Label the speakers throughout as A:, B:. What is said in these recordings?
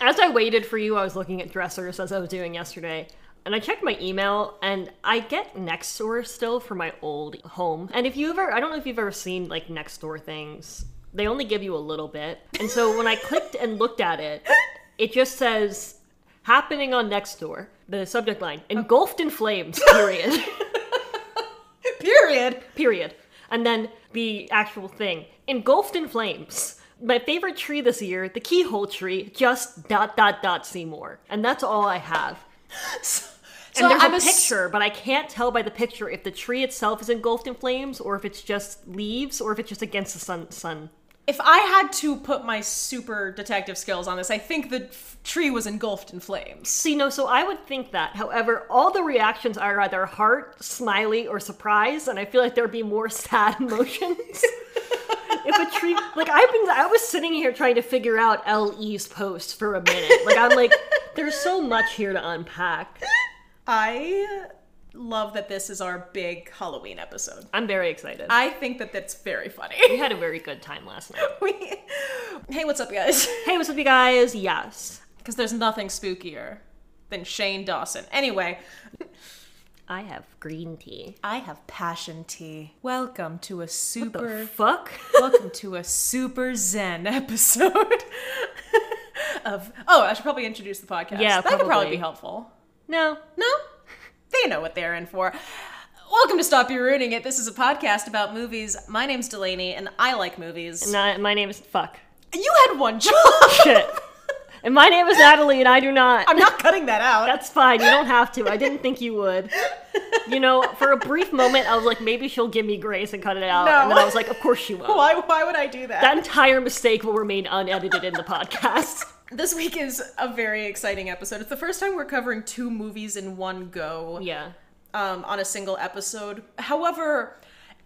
A: as I waited for you, I was looking at dressers as I was doing yesterday. And I checked my email, and I get Nextdoor still for my old home. And if you ever, I don't know if you've ever seen like Nextdoor things, they only give you a little bit. And so when I clicked and looked at it, it just says happening on Nextdoor, the subject line, engulfed in flames, period.
B: Period.
A: period. And then the actual thing, engulfed in flames. My favorite tree this year, the keyhole tree, just dot dot dot Seymour. And that's all I have.
B: So
A: and there's
B: I'm
A: a
B: ass-
A: picture, but I can't tell by the picture if the tree itself is engulfed in flames or if it's just leaves or if it's just against the sun sun.
B: If I had to put my super detective skills on this, I think the f- tree was engulfed in flames.
A: See no, so I would think that. However, all the reactions are either heart, smiley, or surprise, and I feel like there'd be more sad emotions. if a tree like I've been I was sitting here trying to figure out LE's post for a minute. Like I'm like, there's so much here to unpack.
B: I love that this is our big Halloween episode.
A: I'm very excited.
B: I think that that's very funny.
A: we had a very good time last night.
B: We- hey, what's up, guys?
A: Hey, what's up you guys? Yes.
B: Because there's nothing spookier than Shane Dawson. Anyway,
A: I have green tea.
B: I have passion tea. Welcome to a super.
A: Fuck.
B: welcome to a super zen episode of. Oh, I should probably introduce the podcast.
A: Yeah,
B: that could probably
A: probably.
B: be helpful.
A: No.
B: No, they know what they're in for. Welcome to Stop You Ruining It. This is a podcast about movies. My name's Delaney, and I like movies.
A: no my name is fuck.
B: You had one job.
A: Shit. And my name is Natalie, and I do not.
B: I'm not cutting that out.
A: That's fine. You don't have to. I didn't think you would. You know, for a brief moment, I was like, maybe she'll give me grace and cut it out. And then I was like, of course she won't.
B: why, why would I do
A: That entire mistake will remain unedited in the podcast.
B: This week is a very exciting episode. It's the first time we're covering two movies in one go
A: Yeah.
B: um, on a single episode. However,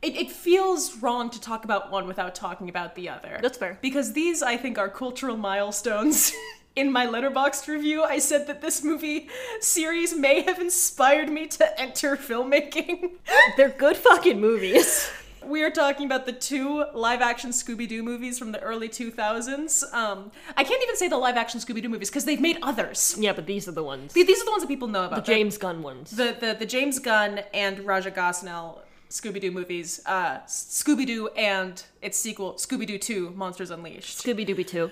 B: it, it feels wrong to talk about one without talking about the other.
A: That's fair.
B: Because these, I think, are cultural milestones. in my letterboxd review, I said that this movie series may have inspired me to enter filmmaking.
A: They're good fucking movies.
B: We are talking about the two live action Scooby Doo movies from the early 2000s. Um, I can't even say the live action Scooby Doo movies because they've made others.
A: Yeah, but these are the ones. The
B: Th- These are the ones that people know about. The,
A: James Gunn ones.
B: the, the, the James Gunn and Raja Gosnell Scooby Doo movies uh, Scooby Doo and its sequel, Scooby Doo 2 Monsters Unleashed.
A: Scooby Dooby 2.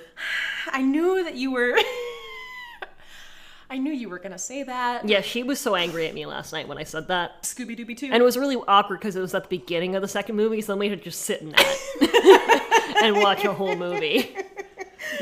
B: I knew that you were. I knew you were going to say that.
A: Yeah, she was so angry at me last night when I said that.
B: Scooby Dooby 2.
A: And it was really awkward because it was at the beginning of the second movie, so then we had to just sit in that and watch a whole movie.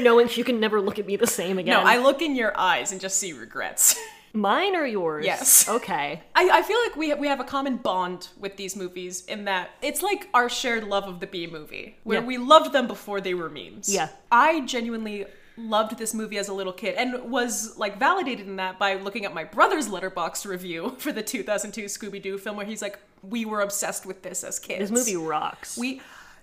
A: Knowing she can never look at me the same again.
B: no, I look in your eyes and just see regrets.
A: Mine or yours?
B: Yes.
A: Okay.
B: I, I feel like we have, we have a common bond with these movies in that it's like our shared love of the B movie, where
A: Yeah.
B: we loved them before they were memes.
A: Yeah.
B: I genuinely loved this movie as a little kid and was like validated in that by looking at my brother's letterbox review for the 2002 Scooby Doo film, where he's like, "We were obsessed with this as kids."
A: This movie rocks.
B: we,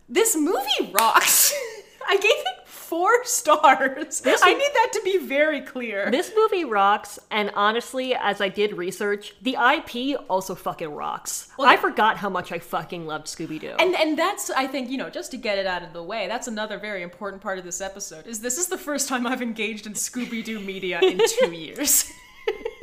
B: this movie rocks. I gave it four stars. I need that to be very clear.
A: this movie rocks, and honestly, as I did research, the IP also fucking rocks. I
B: yeah.
A: forgot how much I fucking loved Scooby Doo.
B: And and that's I think, you know, just to get it out of the way, that's another very important part of this episode is this is the first time I've engaged in Scooby-Doo media in 2 years.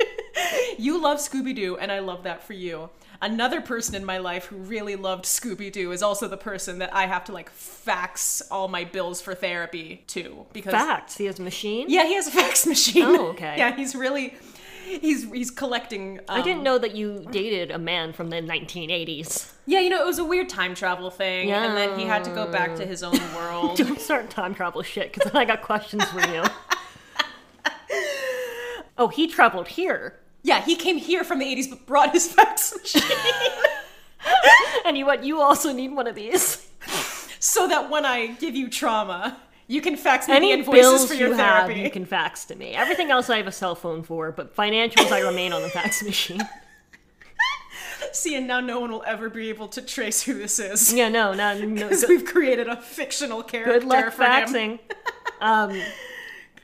B: you love Scooby-Doo and I love that for you. Another person in my life who really loved Scooby-Doo is also the person that I have to like fax all my bills for therapy to because
A: Facts. He has a machine.
B: Yeah, he has a fax machine.
A: Oh, okay.
B: yeah, he's really he's he's collecting um,
A: I didn't know that you dated a man from the 1980s.
B: Yeah, you know, it was a weird time travel thing, and then he had to go back to his own world.
A: Don't start time travel shit, because then I got questions for you. oh, he traveled here,
B: yeah, he came here from the 80s but brought his fax machine.
A: and you went. You also need one of these.
B: so that when I give you trauma, you can fax me
A: Any
B: the invoices
A: bills
B: for your
A: you
B: therapy.
A: have, you can fax to me. Everything else I have a cell phone for, but financials I remain on the fax machine.
B: See, and now no one will ever be able to trace who this is.
A: Yeah, no, no, no.
B: Because
A: Good,
B: we've created a fictional character
A: good luck
B: for him.
A: faxing. Um,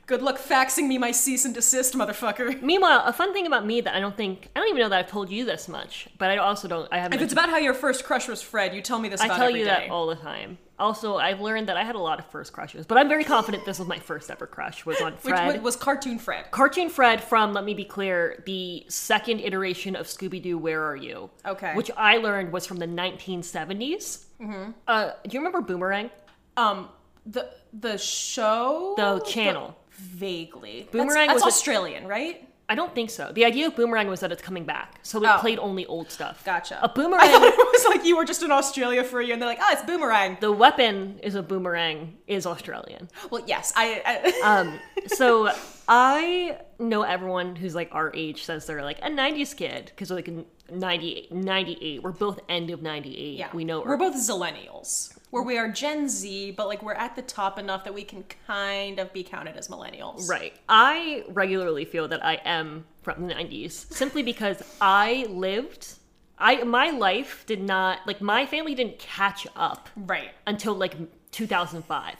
B: Good luck faxing me my cease and desist, motherfucker.
A: Meanwhile, a fun thing about me that I don't think I don't even know that I've told you this much, but I also don't I haven't
B: If it's about how your first crush was Fred, you tell me this
A: I
B: about
A: tell
B: every
A: you
B: day.
A: that all the time. Also, I've learned that I had a lot of first crushes, but I'm very confident this was my first ever crush was on
B: Which
A: Fred.
B: wa- was cartoon Fred.
A: Cartoon Fred from, let me be clear, the second iteration of Scooby Doo, Where Are You?
B: Okay.
A: Which I learned was from the 1970s. Mm-hmm. Uh, do you remember Boomerang?
B: Um, the the show
A: The channel.
B: vaguely.
A: Boomerang
B: that's, that's
A: was a-
B: Australian, right?
A: I don't think so. The idea of Boomerang was that it's coming back, so it
B: Oh.
A: played only old stuff.
B: Gotcha.
A: A
B: I thought
A: boomerang,
B: it was like you were just in Australia for a year, and they're like, oh, it's Boomerang.
A: the weapon is a boomerang, is Australian.
B: Well, yes, I. I
A: Um, so I know everyone who's like our age says they're like a 90s kid because we're like in 98, 98. We're both end of 98.
B: yeah,
A: We know
B: we're both zillennials, where we are Gen Z, but like we're at the top enough that we can kind of be counted as millennials.
A: Right. I regularly feel that I am from the 90s simply because I lived I my life did not like my family didn't catch up
B: Right.
A: until like 2005.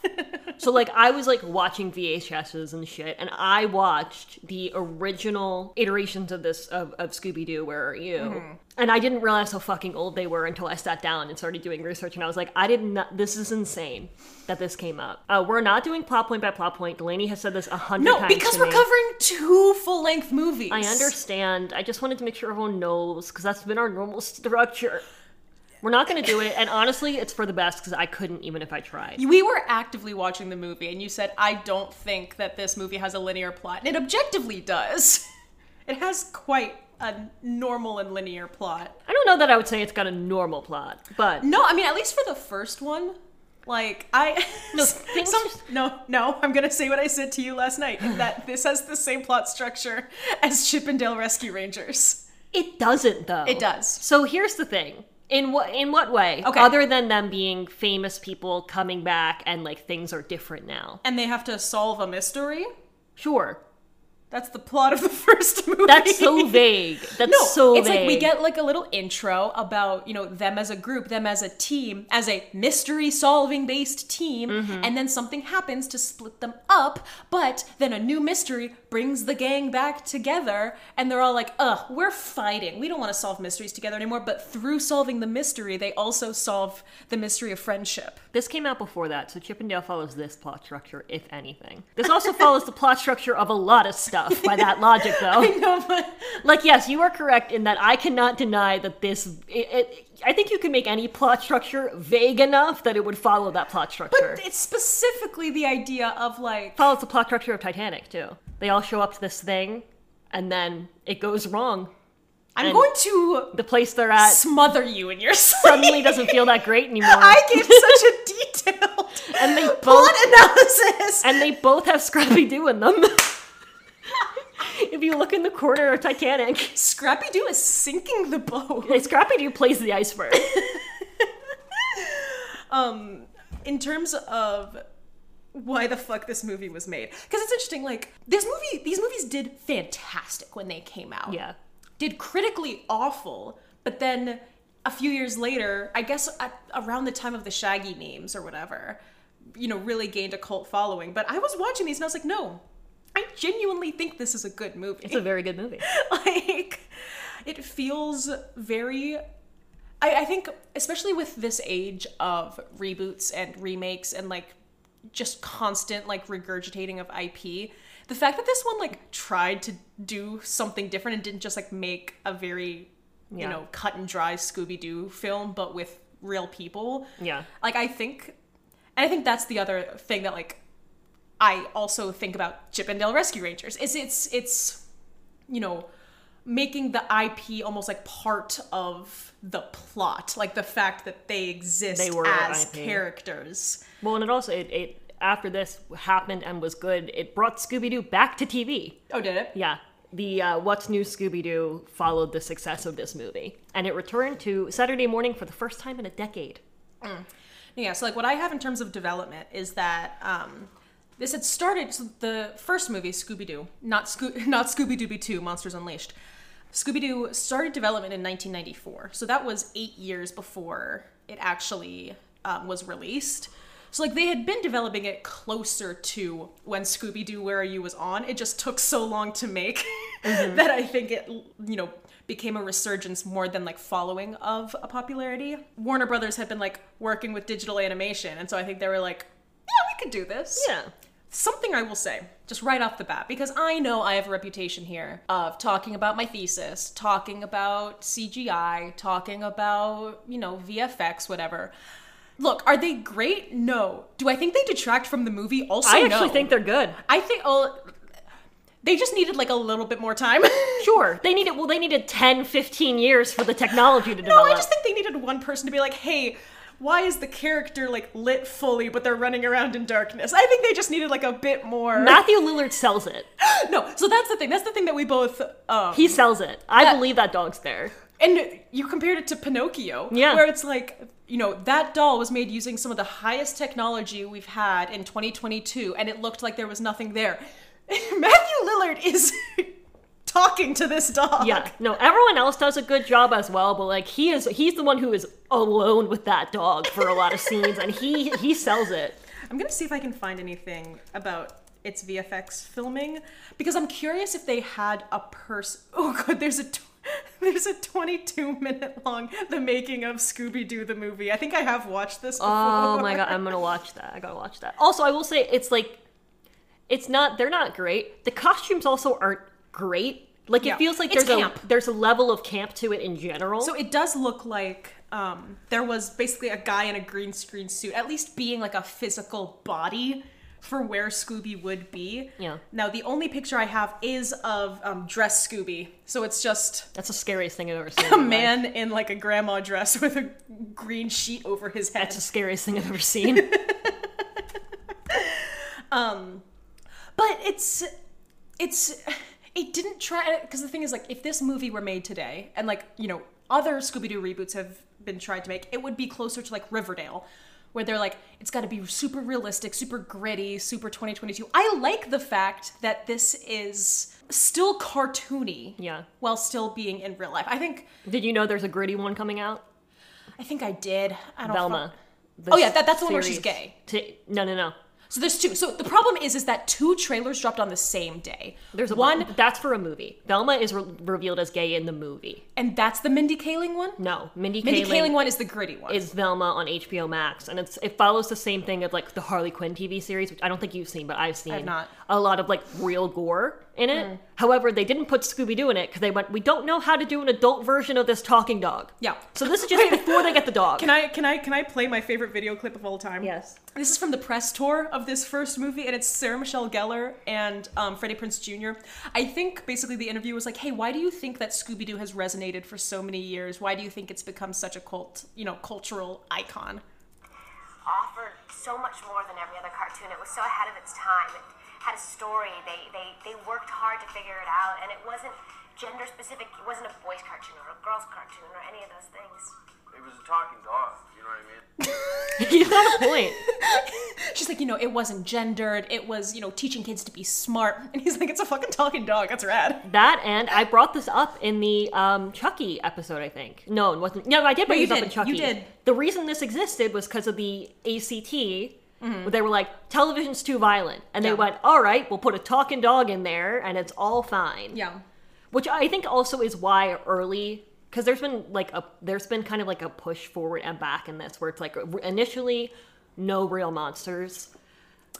A: so like I was like watching VHSs and shit and I watched the original iterations of this of, of Scooby Doo Where Are You?
B: Mm-hmm.
A: And I didn't realize how fucking old they were until I sat down and started doing research and I was like I did not this is insane that this came up. Uh, we're not doing plot point by plot point. Delaney has said this a hundred
B: No,
A: times.
B: because
A: to
B: we're
A: me.
B: covering two full length movies.
A: I understand. I just wanted to make sure everyone knows because that's been our normal structure. We're not going to do it, and honestly, it's for the best because I couldn't even if I tried.
B: We were actively watching the movie, and you said, I don't think that this movie has a linear plot. And it objectively does. It has quite a normal and linear plot.
A: I don't know that I would say it's got a normal plot, but
B: No, I mean, at least for the first one. Like, I.
A: No, things just-
B: no, no, I'm going to say what I said to you last night that this has the same plot structure as Chippendale Rescue Rangers.
A: it doesn't though.
B: It does.
A: So here's the thing. In what in what way?
B: Okay.
A: Other than them being famous people coming back and like things are different now.
B: And they have to solve a mystery.
A: Sure.
B: That's the plot of the first movie.
A: That's so vague. That's
B: No,
A: so
B: it's
A: vague.
B: like we get like a little intro about you know them as a group, them as a team, as a mystery solving based team,
A: Mm-hmm.
B: and then something happens to split them up. But then a new mystery brings the gang back together, and they're all like, "Ugh, we're fighting. We don't want to solve mysteries together anymore." But through solving the mystery, they also solve the mystery of friendship.
A: This came out before that, so Chippendale follows this plot structure, if anything. This also follows the plot structure of a lot of stuff by that logic, though.
B: You know, but
A: Like, yes, you are correct in that I cannot deny that this. It, it, I think you can make any plot structure vague enough that it would follow that plot structure.
B: it's specifically the idea of like
A: follows the plot structure of Titanic, too. They all show up to this thing, and then it goes wrong.
B: I'm
A: And-
B: going to
A: The place they're at
B: smother you in your sleep.
A: suddenly doesn't feel that great anymore.
B: I gave such a detailed
A: And they both-
B: plot analysis.
A: and they both have Scrappy Doo in them. if you look in the corner of Titanic.
B: Scrappy Doo is sinking the boat.
A: Hey, Scrappy Doo plays the iceberg.
B: Um, in terms of why the fuck this movie was made, because it's interesting. Like this movie, these movies did fantastic when they came out.
A: yeah.
B: did critically awful, but then a few years later, I guess at, around the time of the Shaggy memes or whatever, you know, really gained a cult following. But I was watching these and I was like, no, I genuinely think this is a good movie.
A: It's a very good movie.
B: like it feels very I, I think especially with this age of reboots and remakes and like just constant like regurgitating of ip the fact that this one like tried to do something different and didn't just like make a very you
A: Yeah.
B: know cut and dry scooby-doo film but with real people
A: Yeah.
B: like i think and i think that's the other thing that like i also think about chippendale rescue rangers is it's it's you know making the ip almost like part of the plot like the fact that they exist
A: They were
B: as
A: IP.
B: characters
A: Well, and it also it, it after this happened and was good. It brought Scooby Doo back to TV.
B: oh did it
A: Yeah. The uh, What's New Scooby Doo followed the success of this movie, and it returned to Saturday morning for the first time in a decade.
B: Yeah, so like what I have in terms of development is that um, this had started so the first movie Scooby Doo, not Scoo- not Scooby Dooby Two Monsters Unleashed. Scooby Doo started development in 1994, so that was eight years before it actually um, was released. So like they had been developing it closer to when Scooby Doo Where Are You was on. It just took so long to make that I think it you know became a resurgence more than like following of a popularity. Warner Brothers had been like working with digital animation, and so I think they were like, yeah, we could do this.
A: Yeah.
B: Something I will say, just right off the bat, because I know I have a reputation here of talking about my thesis, talking about CGI, talking about, you know, VFX, whatever. Look, are they great? No. Do I think they detract from the movie? Also,
A: I actually
B: no.
A: think they're good.
B: I think oh, they just needed like a little bit more time.
A: Sure. They needed well they needed 10, 15 years for the technology to
B: No,
A: develop.
B: I just think they needed one person to be like, hey, why is the character like lit fully, but they're running around in darkness? I think they just needed like a bit more.
A: Matthew Lillard sells it.
B: no, so that's the thing. That's the thing that we both. Um,
A: He sells it. I
B: That-
A: believe that dog's there.
B: and you compared it to Pinocchio,
A: Yeah.
B: where it's like, you know, that doll was made using some of the highest technology we've had in 2022, and it looked like there was nothing there. Matthew Lillard is talking to this dog.
A: Yeah. No, everyone else does a good job as well, but like he is he's the one who is alone with that dog for a lot of scenes and he he sells it.
B: I'm gonna see if I can find anything about its VFX filming because I'm curious if they had a person. Oh god, there's a tw- there's a 22 minute long the making of Scooby Doo the movie. I think I have watched this. Before.
A: Oh my god, I'm gonna watch that. I gotta watch that. Also, I will say it's like it's not they're not great. The costumes also aren't great. Like
B: Yeah.
A: it feels like
B: It's
A: there's
B: camp.
A: a there's a level of camp to it in general.
B: So it does look like um, there was basically a guy in a green screen suit, at least being like a physical body for where Scooby would be.
A: Yeah.
B: Now the only picture I have is of um, dress Scooby, so it's just
A: that's the scariest thing I've ever seen. in
B: a
A: my life.
B: man in like a grandma dress with a green sheet over his head.
A: That's the scariest thing I've ever seen.
B: but it's it's it didn't try because the thing is like if this movie were made today and like you know other scooby-doo reboots have been tried to make it would be closer to like riverdale where they're like it's got to be super realistic super gritty super 2022 i like the fact that this is still cartoony
A: Yeah.
B: while still being in real life i think
A: Did you know there's a gritty one coming out?
B: i think i did i don't
A: Velma.
B: Oh, yeah, that- that's the one where she's gay.
A: T- no, no, no.
B: So there's two. So the problem is, is that two trailers dropped on the same day.
A: There's a
B: one,
A: That's for a movie. Velma is re- revealed as gay in the movie.
B: and that's the Mindy Kaling one.
A: No, Mindy,
B: Mindy
A: Kaling,
B: Kaling one is the gritty one.
A: is Velma on HBO Max, and it's it follows the same thing of like the Harley Quinn TV series, which I don't think you've seen, but I've seen
B: not. Mm.
A: a lot of like real gore in it. However, they didn't put Scooby Doo in it because they went, we don't know how to do an adult version of this talking dog.
B: yeah.
A: So this is just before they get the dog.
B: Can I can I can I play my favorite video clip of all time?
A: yes.
B: This is from the press tour of this first movie, and it's Sarah Michelle Gellar and um, Freddie Prince Jr. I think basically the interview was like, "Hey, why do you think that Scooby Doo has resonated for so many years? Why do you think it's become such a cult, you know, cultural icon?"
C: offered so much more than every other cartoon. It was so ahead of its time. It had a story. They they, they worked hard to figure it out, and it wasn't gender specific. It wasn't a boys' cartoon or a girls' cartoon or any of those things.
D: It was a talking dog, you know what I mean?
A: He's got a point.
B: She's like, you know, it wasn't gendered. It was, you know, teaching kids to be smart. And he's like, it's a fucking talking dog. That's rad.
A: That and I brought this up in the um, Chucky episode, I think. No, it wasn't. No, I did bring
B: you
A: this up in
B: did.
A: Chucky.
B: You did.
A: The reason this existed was because of the ACT. where They were like, television's too violent. And they
B: Mm-hmm. Yeah.
A: went, all right, we'll put a talking dog in there and it's all fine.
B: Yeah.
A: Which I think also is why early. Because there's been like a there's been kind of like a push forward and back in this where it's like initially no real monsters,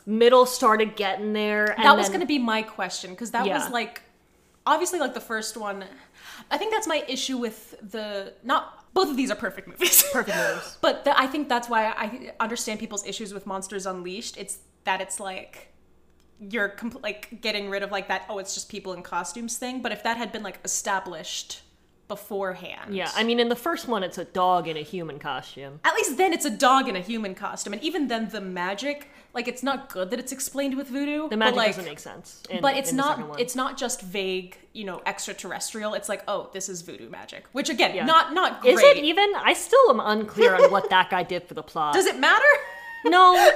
A: middle started getting there. And
B: That was
A: then-
B: going to be my question because that
A: Yeah.
B: was like, obviously, like the first one. I think that's my issue with the not both of these are perfect movies.
A: Perfect movies.
B: But the, I think that's why I understand people's issues with Monsters Unleashed. It's that it's like you're compl- like getting rid of like that. Oh, it's just people in costumes thing. But if that had been like established beforehand,
A: yeah. I mean, in the first one, it's a dog in a human costume.
B: At least then it's a dog in a human costume, and even then the magic, like it's not good that it's explained with voodoo.
A: The magic
B: but, like,
A: doesn't make sense. in-
B: But it's
A: in the second
B: not
A: one.
B: it's not just vague, you know, extraterrestrial. It's like, oh, this is voodoo magic, which again,
A: Yeah.
B: not not great.
A: Is it even? I still am unclear on what that guy did for the plot.
B: Does it matter?
A: No.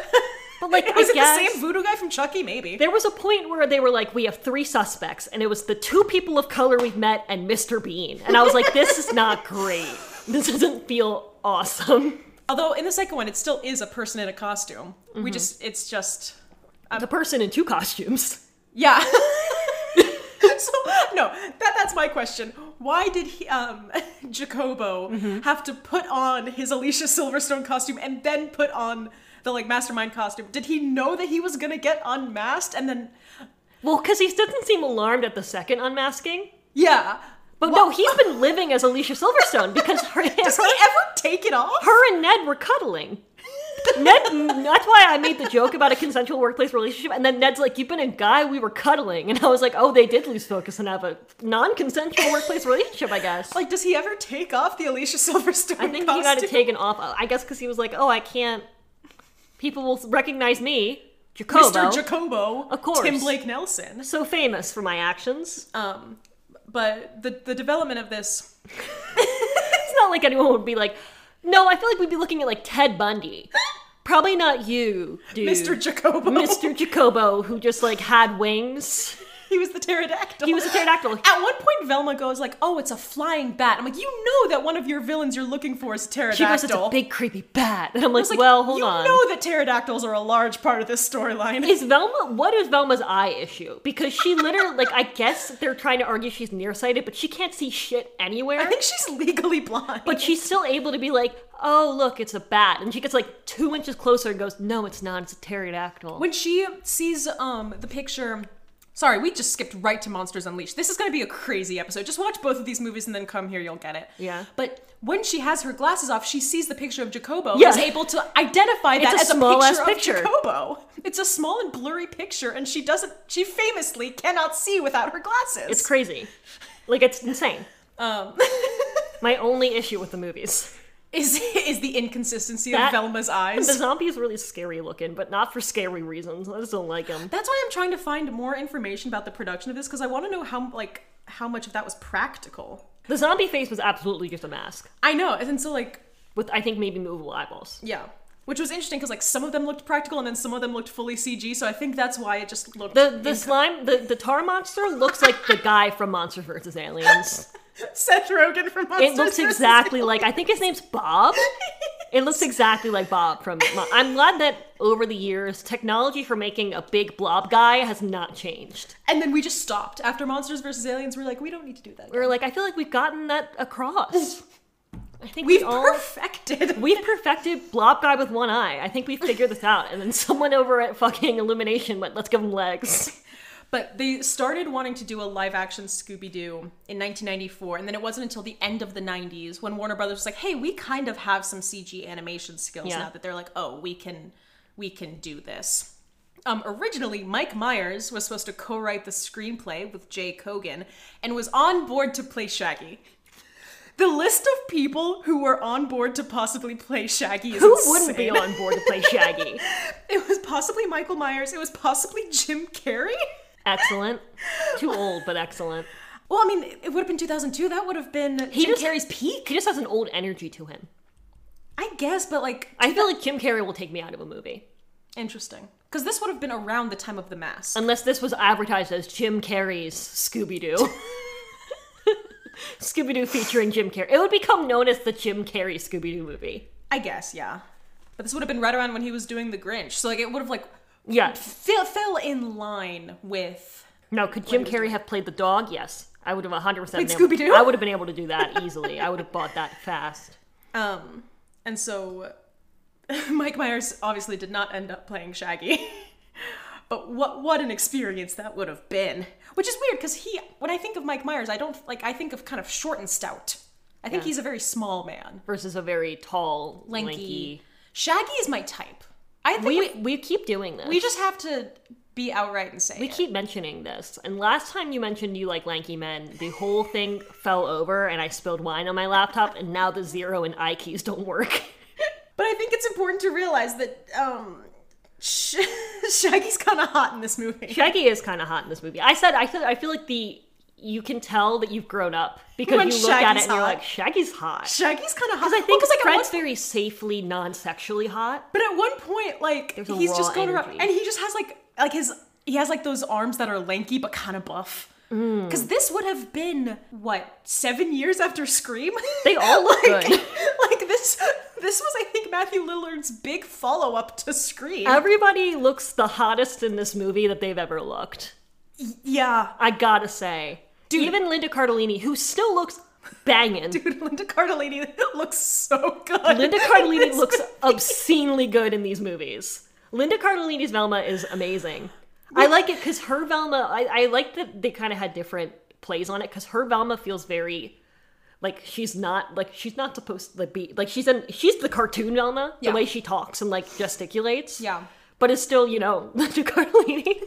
A: But like,
B: Was
A: I
B: it the
A: guess
B: same voodoo guy from Chucky? Maybe.
A: there was a point where they were like, "We have three suspects," and it was the two people of color we've met and Mr. Bean. And I was like, "This is not great. This doesn't feel awesome."
B: Although in the second one, it still is a person in a costume.
A: Mm-hmm.
B: We just, it's just, Um,
A: The person in two costumes.
B: yeah. so no, that that's my question. Why did he, um, Jacobo
A: Mm-hmm.
B: have to put on his Alicia Silverstone costume and then put on the like mastermind costume? Did he know that he was gonna get unmasked and then?
A: Well, because he doesn't seem alarmed at the second unmasking.
B: Yeah.
A: But no, he's been living as Alicia Silverstone because her,
B: Does he
A: her,
B: ever take it off?
A: her and Ned were cuddling. Ned, that's why I made the joke about a consensual workplace relationship. And then Ned's like, "You've been a guy. We were cuddling," and I was like, "Oh, they did lose focus and have a non-consensual workplace relationship, I guess."
B: Like, does he ever take off the Alicia Silverstone?
A: I think
B: costume?
A: he got it taken off. I guess because he was like, "Oh, I can't. People will recognize me, Jacobo,
B: Mr. Jacobo,
A: Of course.
B: Tim Blake Nelson.
A: so famous for my actions."
B: Um, but the the development of this,
A: It's not like anyone would be like, "No, I feel like we'd be looking at like Ted Bundy." Probably not you, dude.
B: Mr. Jacobo,
A: Mr. Jacobo, who just like had wings.
B: he was the pterodactyl.
A: He was a pterodactyl.
B: At one point, Velma goes like, "Oh, it's a flying bat." I'm like, "You know that one of your villains you're looking for is a
A: She
B: pterodactyl."
A: goes, it's a big creepy bat. And I'm
B: I was
A: like,
B: like,
A: well, hold
B: you
A: on.
B: know that pterodactyls are a large part of this storyline.
A: Is Velma, what is Velma's eye issue? Because she literally, like, I guess they're trying to argue she's nearsighted, but she can't see shit anywhere.
B: I think she's legally blind.
A: but she's still able to be like, oh, look, it's a bat. And she gets like two inches closer and goes, no, it's not. It's a pterodactyl.
B: when she sees um the picture sorry we just skipped right to monsters unleashed this is going to be a crazy episode just watch both of these movies and then come here you'll get it
A: Yeah.
B: but when she has her glasses off she sees the picture of jacobo
A: Yeah.
B: is able to identify that
A: a
B: as a
A: small-ass
B: picture,
A: picture.
B: of jacobo it's a small and blurry picture and she doesn't she famously cannot see without her glasses
A: it's crazy. Like, it's insane.
B: um
A: My only issue with the movies.
B: is is the inconsistency
A: That-
B: of velma's
A: The
B: eyes
A: zombie is really scary looking, but not for scary reasons. I just don't like him.
B: That's why I'm trying to find more information about the production of this because I want to know how like how much of that was practical.
A: The zombie face was absolutely just a mask
B: I know, and so like
A: with, I think, maybe movable eyeballs.
B: yeah, which was interesting because like some of them looked practical and then some of them looked fully CG. So I think that's why it just looked
A: The the slime, the, the tar monster looks like the guy from Monster vs. Aliens.
B: Seth Rogen from Monsters.
A: It looks
B: vs.
A: exactly like, I think his name's Bob. It looks exactly like Bob from. Mon- I'm glad that over the years, technology for making a big blob guy has not changed.
B: and then we just stopped after Monsters vs. Aliens. We're like, we don't need to do that.
A: We're like, I feel like we've gotten that across. I think
B: We've
A: we all.
B: perfected.
A: We've perfected Blob Guy with one eye. I think we figured this out. And then someone over at fucking Illumination went, let's give him legs.
B: But they started wanting to do a live action Scooby Doo in 1994, and then it wasn't until the end of the 90s when Warner Brothers was like, "Hey, we kind of have some CG animation skills
A: Yeah.
B: now that they're like, oh, we can, we can do this." Um, originally, Mike Myers was supposed to co-write the screenplay with Jay Kogan and was on board to play Shaggy. The list of people who were on board to possibly play Shaggy is
A: Who wouldn't be
B: insane.
A: on board to play Shaggy?
B: It was possibly Michael Myers. It was possibly Jim Carrey.
A: Excellent. Too old, but excellent.
B: Well, I mean, it would have been 2002. That would have been Jim
A: just-
B: Carrey's peak,
A: He just has an old energy to him.
B: I guess. But like,
A: I feel like Jim Carrey will take me out of a movie.
B: interesting because this would have been around the time of the mass.
A: Unless this was advertised as Jim Carrey's Scooby Doo. Scooby Doo featuring Jim Carrey. It would become known as the Jim Carrey Scooby Doo movie.
B: I guess, yeah. But this would have been right around when he was doing The Grinch, so like it would have like
A: Yeah.
B: fell, fell in line with.
A: Now, could Jim Carrey have played the dog? Yes. I would have 100%
B: Like
A: been able-
B: Scooby-Doo?
A: I would have been able to do that easily. I would have bought that fast.
B: Um, and so Mike Myers obviously did not end up playing Shaggy. But what what an experience that would have been. Which is weird because he when I think of Mike Myers, I don't like I think of kind of short and stout. I think
A: Yeah.
B: he's a very small man.
A: Versus a very tall,
B: lanky.
A: lanky.
B: Shaggy is my type. I think we,
A: We,
B: we,
A: we keep doing this.
B: just have to be outright and say
A: We
B: it.
A: keep mentioning this, and last time you mentioned you like lanky men, the whole thing fell over, and I spilled wine on my laptop, and now the zero and I keys don't work.
B: But I think it's important to realize that um, Sh- Shaggy's kind of hot in this movie.
A: Shaggy is kind of hot in this movie. I said, I said, I feel like the you can tell that you've grown up because
B: When
A: you look at it
B: Shaggy's
A: and you're
B: hot.
A: like, Shaggy's hot.
B: Shaggy's kind of hot.
A: Because I think
B: well, 'cause, like, at
A: Fred's
B: one-
A: very safely non-sexually hot.
B: But at one point, like
A: a
B: he's just
A: raw
B: going around,
A: energy.
B: and he just has like like his he has like those arms that are lanky but kind of buff.
A: Mm.
B: Because this would have been what seven years after Scream.
A: They all look
B: like,
A: good.
B: Like this, This was, I think, Matthew Lillard's big follow up to Scream.
A: Everybody looks the hottest in this movie that they've ever looked.
B: yeah.
A: I gotta say. Even Linda Cardellini, who still looks banging.
B: Dude, Linda Cardellini looks so good.
A: Linda Cardellini
B: This-
A: looks obscenely good in these movies. Linda Cardellini's Velma is amazing. I like it because her Velma, I, I like that they kind of had different plays on it because her Velma feels very like she's not like she's not supposed to like, be like she's in she's the cartoon Velma
B: Yeah.
A: the way she talks and like gesticulates
B: Yeah.
A: but it's still you know Linda Cardellini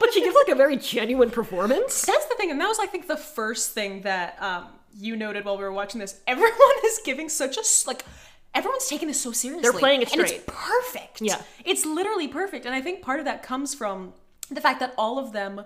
A: but she gives like a very genuine performance
B: That's the thing, and that was, I think, the first thing that um, you noted while we were watching this. Everyone is giving such a s- like. Everyone's taking this so seriously.
A: playing it
B: and
A: straight.
B: it's perfect.
A: Yeah.
B: it's literally perfect, and I think part of that comes from the fact that all of them.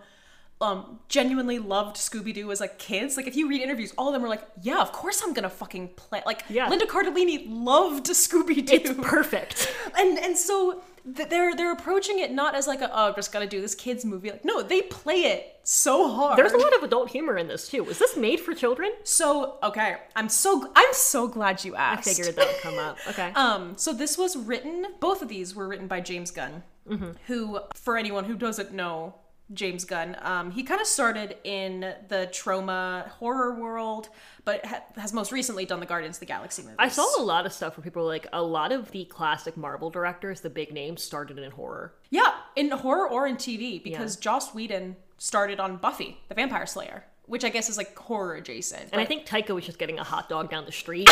B: Um, genuinely loved Scooby Doo as like kids. Like if you read interviews, all of them were like, "Yeah, of course I'm gonna fucking play." Like
A: Yeah.
B: Linda Cardellini loved Scooby Doo
A: it's perfect
B: and and so th- they're they're approaching it not as like a oh just gotta do this kids movie like no they play it so hard
A: there's a lot of adult humor in this too was this made for children
B: so okay i'm so gl- i'm so glad you asked
A: figured that would come up okay
B: um so this was written both of these were written by james gunn
A: Mm-hmm.
B: who for anyone who doesn't know james gunn um, he kind of started in the trauma horror world but ha- has most recently done the guardians of the galaxy movies
A: I saw a lot of stuff where people were like, a lot of the classic Marvel directors, the big names, started in horror.
B: Yeah, in horror or in TV, because Joss Whedon started on Buffy, the Vampire Slayer, which I guess is like horror adjacent.
A: And I think Taika was just getting a hot dog down the street.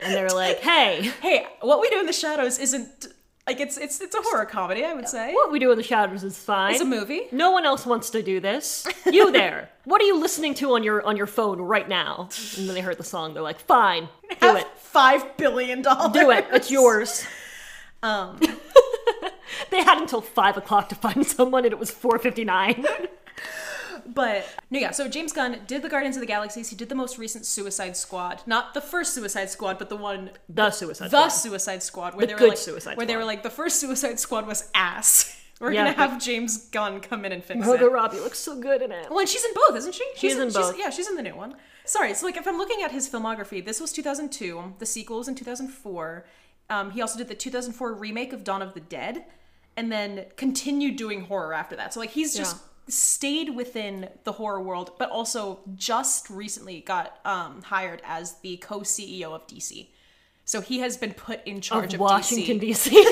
A: and they were like, hey,
B: hey, what we do in the shadows isn't like it's it's it's a horror comedy, I would say.
A: what we do in the shadows is fine.
B: It's a movie.
A: No one else wants to do this. You there. What are you listening to on your on your phone right now? And then they heard the song, they're like, fine, do it.
B: Five billion dollars.
A: Do it. It's yours.
B: Um,
A: They had until five o'clock to find someone and it was four fifty nine.
B: But no, yeah. So James Gunn did the Guardians of the Galaxies. He did the most recent Suicide Squad, not the first Suicide Squad, but the one
A: The suicide. Squad.
B: the Suicide Squad, where they were
A: good
B: like,
A: Suicide
B: where they
A: Squad.
B: were like, the first Suicide Squad was ass. We're
A: Yeah,
B: gonna
A: but-
B: have James Gunn come in and fix it.
A: Margot Oh, Robbie looks so good in it.
B: Well, and she's in both, isn't she? She's,
A: in both.
B: yeah, she's in the new one. Sorry, so like if I'm looking at his filmography, this was 2002. The sequel was in 2004. Um, he also did the 2004 remake of Dawn of the Dead, and then continued doing horror after that. So like he's just stayed within the horror world, but also just recently got um, hired as the co-CEO of DC. So he has been put in charge
A: Of
B: of,
A: Washington
B: DC.
A: DC.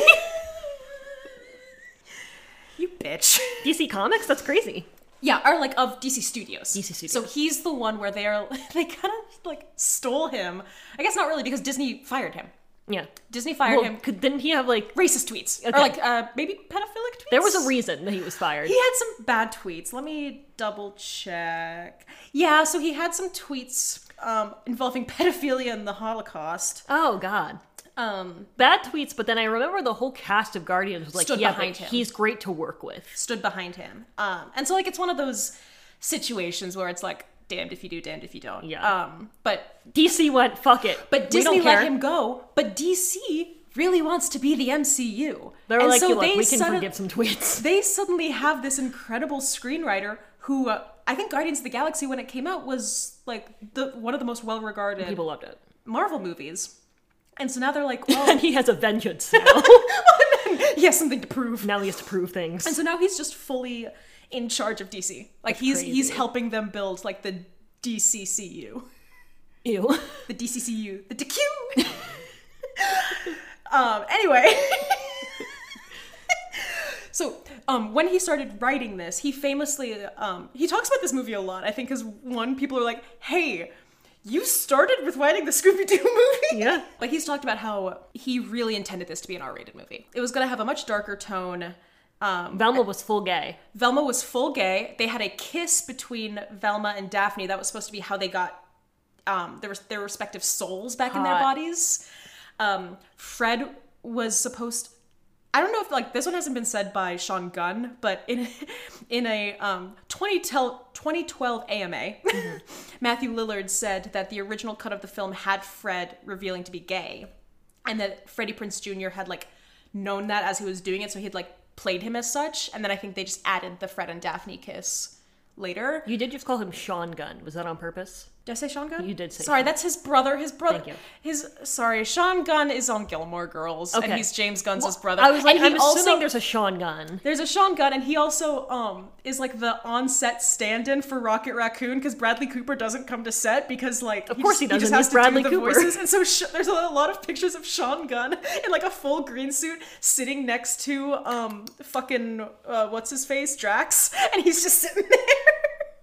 B: You bitch.
A: DC Comics? That's crazy.
B: Yeah, or like of DC Studios.
A: DC Studios.
B: So he's the one where they are they kind of like stole him. I guess not really because Disney fired him.
A: Yeah.
B: Disney fired
A: Well,
B: him.
A: could, didn't he have like?
B: Racist tweets
A: Okay.
B: or like uh, maybe pedophilic tweets.
A: There was a reason that he was fired.
B: He had some bad tweets. Let me double check. Yeah, so he had some tweets um, involving pedophilia and the Holocaust.
A: Oh God.
B: Um,
A: Bad tweets, but then I remember the whole cast of Guardians was like,
B: Stood
A: yeah,
B: behind
A: but
B: him.
A: he's great to work with.
B: stood behind him. Um, and so like it's one of those situations where it's like damned if you do, damned if you don't.
A: Yeah.
B: Um, but
A: DC went, fuck it.
B: But
A: We don't
B: Disney let
A: care."
B: him go. But DC really wants to be the MCU.
A: They were
B: and
A: like,
B: so
A: "Look,
B: they,
A: we can
B: sudden-
A: forgive some tweets.
B: they suddenly have this incredible screenwriter who uh, I think Guardians of the Galaxy when it came out was like the one of the most well-regarded
A: People loved it,
B: Marvel movies. And so now they're like, well,
A: and he has a vengeance now.
B: he has something to prove.
A: now he has to prove things.
B: And so now he's just fully in charge of DC. Like he's he's
A: crazy.
B: helping them build like the DCCU.
A: Ew.
B: the DCCU, the DQ. um, anyway. So, um, when he started writing this, he famously um, he talks about this movie a lot. I think because one, people are like, "Hey, you started with writing the Scooby Doo movie."
A: Yeah.
B: But he's talked about how he really intended this to be an R-rated movie. It was going to have a much darker tone. Um,
A: Velma was full gay.
B: Velma was full gay. They had a kiss between Velma and Daphne. That was supposed to be how they got um, their their respective souls back in their
A: Hot.
B: bodies. Um, Fred was supposed. I don't know if like this one hasn't been said by Sean Gunn, but in in a um, 2012 2012 AMA, Matthew Lillard said that the original cut of the film had Fred revealing to be gay, and that Freddie Prince Jr. had like known that as he was doing it, so he'd like played him as such, and then I think they just added the Fred and Daphne kiss later.
A: You did just call him Sean Gunn. Was that on purpose?
B: Did I say Sean Gunn?
A: You did say
B: Sorry, that's his brother. His brother.
A: Thank you.
B: His sorry, Sean Gunn is on Gilmore Girls, and
A: Okay.
B: he's James Gunn's
A: Well,
B: brother.
A: I was like,
B: and he
A: I'm
B: also-
A: assuming there's a Sean Gunn.
B: There's a Sean Gunn, and he also um is like the on-set stand-in for Rocket Raccoon because Bradley Cooper doesn't come to set because like
A: Of course
B: just,
A: he
B: just
A: doesn't,
B: has
A: he's
B: to do
A: Bradley
B: the
A: Cooper.
B: voices. And so sh- there's a lot of pictures of Sean Gunn in like a full green suit sitting next to um fucking uh, what's his face Drax, and he's just sitting there.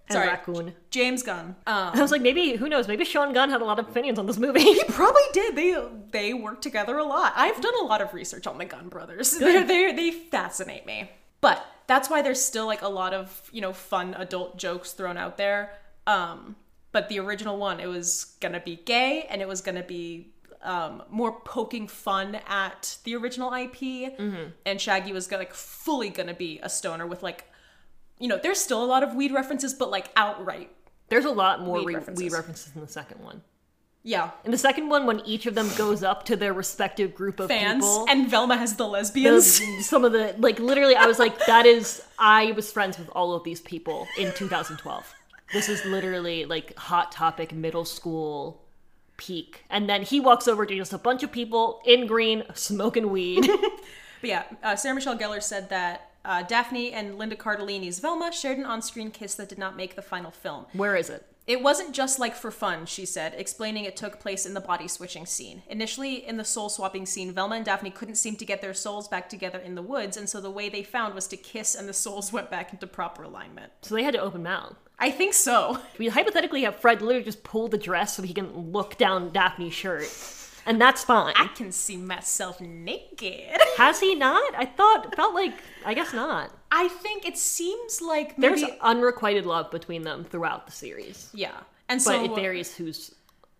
A: And
B: Sorry,
A: Raccoon.
B: James Gunn. Um,
A: I was like, maybe who knows? Maybe Sean Gunn had a lot of opinions on this movie.
B: probably did. They they work together a lot. I've done a lot of research on the Gun Brothers. They're, they're, they fascinate me. But that's why there's still like a lot of you know fun adult jokes thrown out there. Um, but the original one, it was gonna be gay, and it was gonna be um, more poking fun at the original IP.
A: Mm-hmm.
B: And Shaggy was gonna, like fully gonna be a stoner with like, you know, there's still a lot of weed references, but like outright,
A: There's a lot more
B: Weed
A: re-
B: references.
A: weed references in the second one.
B: yeah,
A: In the second one, when each of them goes up to their respective group of
B: fans.
A: people,
B: And Velma has the
A: the-
B: lesbians.
A: some of the like, literally, I was like, that is. I was friends with all of these people in 2012. This is literally like hot topic middle school peak. And then he walks over to just a bunch of people in green smoking weed.
B: But yeah, uh, Sarah Michelle Gellar said that uh, Daphne and Linda Cardellini's Velma shared an on-screen kiss that did not make the final film.
A: Where is it?
B: It wasn't just like for fun, she said, explaining it took place in the body switching scene. Initially, in the soul swapping scene, Velma and Daphne couldn't seem to get their souls back together in the woods, and so the way they found was to kiss, and the souls went back into proper alignment.
A: So they had to open mouth.
B: I think so.
A: We hypothetically have Fred literally just pull the dress so he can look down Daphne's shirt. And that's fine.
B: I can see myself naked.
A: Has he not? I thought felt like I guess not.
B: I think it seems like maybe
A: There's unrequited love between them throughout the series,
B: yeah, and
A: but
B: so
A: it varies who's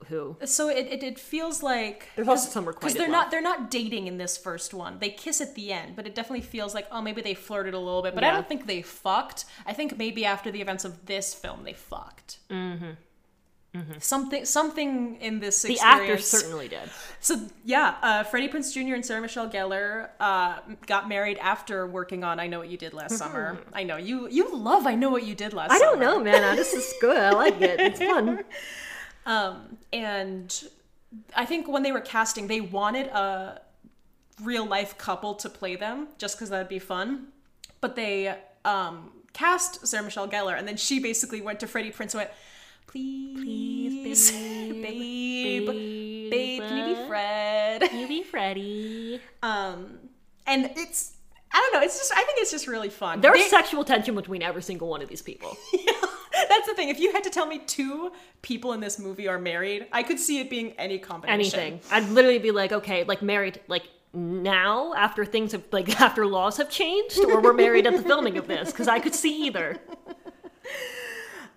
A: who.
B: So it, it, it feels like
A: There's also some requited
B: because they're
A: love.
B: not they're not dating in this first one. They kiss at the end, but it definitely feels like oh maybe they flirted a little bit, but I
A: Yeah.
B: don't think they fucked. I think maybe after the events of this film they fucked. Mm-hmm. Something something in this
A: Mm-hmm. The
B: experience.
A: actors certainly did.
B: So yeah, uh, Freddie Prince Jr. and Sarah Michelle Gellar uh, got married after working on I Know What You Did Last Summer. I know you you love I Know What You Did Last.
A: Mm-hmm. I don't
B: Summer.
A: know, man. I- This is good. I like it. It's fun.
B: Um, and I think when they were casting, they wanted a real life couple to play them just because that'd be fun. But they um, cast Sarah Michelle Gellar, and then she basically went to Freddie Prince and went, "Please, babe, babe,
A: babe,
B: can you be Fred?"
A: You be Freddy.
B: Um, and it's I don't know. It's just I think it's just really fun.
A: There
B: They-
A: was sexual tension between every single one of these people.
B: That's the thing. If you had to tell me two people in this movie are married, I could see it being any combination.
A: Anything. I'd literally be like, okay, like married, like now after things have like after laws have changed, or we're married at the filming of this because I could see either.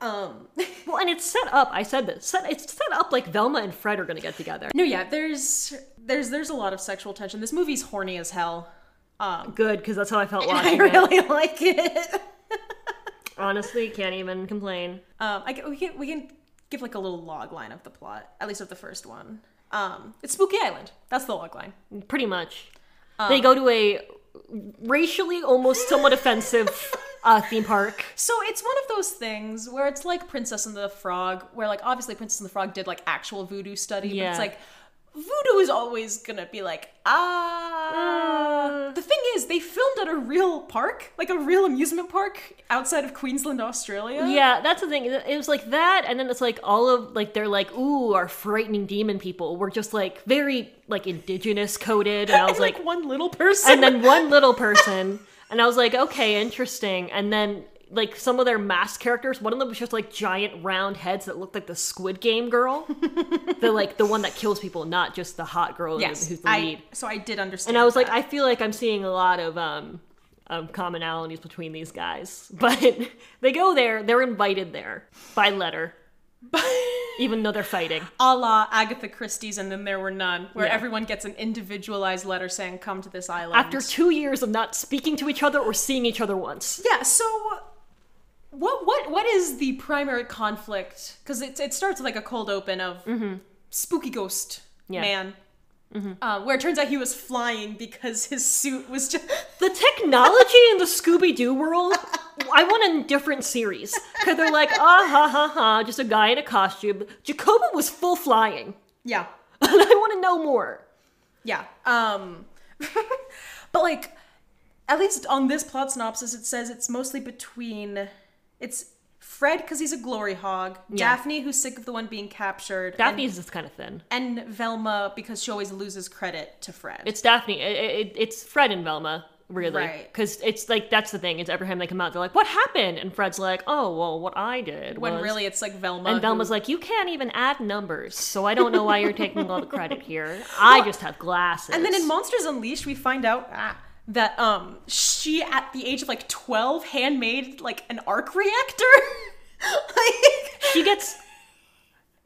B: Um.
A: Well, and it's set up. I said this. Set, it's set up like Velma and Fred are gonna get together.
B: No, yeah, there's there's there's a lot of sexual tension. This movie's horny as hell.
A: Good, because that's how I felt
B: I
A: watching it.
B: really like it.
A: Honestly, can't even complain.
B: Um, I, can- we can we can give like a little log line of the plot, at least of the first one. Um, it's Spooky Island. That's the log line.
A: Pretty much,
B: Um.
A: they go to a racially almost somewhat offensive uh, theme park.
B: So it's one of those things where it's like Princess and the Frog, where like obviously Princess and the Frog did like actual voodoo study, but
A: Yeah.
B: it's like voodoo is always gonna be like ah. The thing is, they filmed at a real park, like a real amusement park outside of Queensland, Australia.
A: Yeah, that's the thing. It was like that, and then it's like all of like they're like, ooh, our frightening demon people. We're just like very like indigenous coded, and I was
B: And, like,
A: like,
B: one little person.
A: and then one little person, and I was like, okay, interesting. And then like some of their mask characters, one of them was just like giant round heads that looked like the Squid Game girl, the like the one that kills people, not just the hot girl
B: yes,
A: who's the lead.
B: I, so I did understand.
A: And I was like,
B: that.
A: I feel like I'm seeing a lot of um, um, commonalities between these guys. But they go there, they're invited there by letter, even though they're fighting.
B: a la Agatha Christie's, and then there were none, where
A: Yeah.
B: everyone gets an individualized letter saying, "Come to this island."
A: After two years of not speaking to each other or seeing each other once.
B: yeah, so what what what is the primary conflict? Because it it starts with like a cold open of spooky ghost
A: Mm-hmm. Yeah. Mm-hmm.
B: man. Uh, where it turns out he was flying because his suit was just
A: The technology in the Scooby Doo world I want a different series. Because they're like, ah ha ha ha, just a guy in a costume. Jacoba was full flying.
B: Yeah.
A: And I want to know more.
B: Yeah. Um but like at least on this plot synopsis it says it's mostly between it's Fred cuz he's a glory hog,
A: Yeah.
B: Daphne who's sick of the one being captured,
A: Daphne's just kind of thin.
B: and, and Velma because she always loses credit to Fred.
A: It's Daphne. It, it, it's Fred and Velma, really.
B: Right.
A: Because it's like, that's the thing. It's every time they come out, they're like, what happened? And Fred's like, oh, well, what I did.
B: when
A: was...
B: really it's like Velma
A: And Velma's
B: who-
A: like, you can't even add numbers, so I don't know why you're taking all the credit here. I just have glasses.
B: And then in Monsters Unleashed, we find out ah, that um she at the age of like twelve handmade like an arc reactor. like,
A: she gets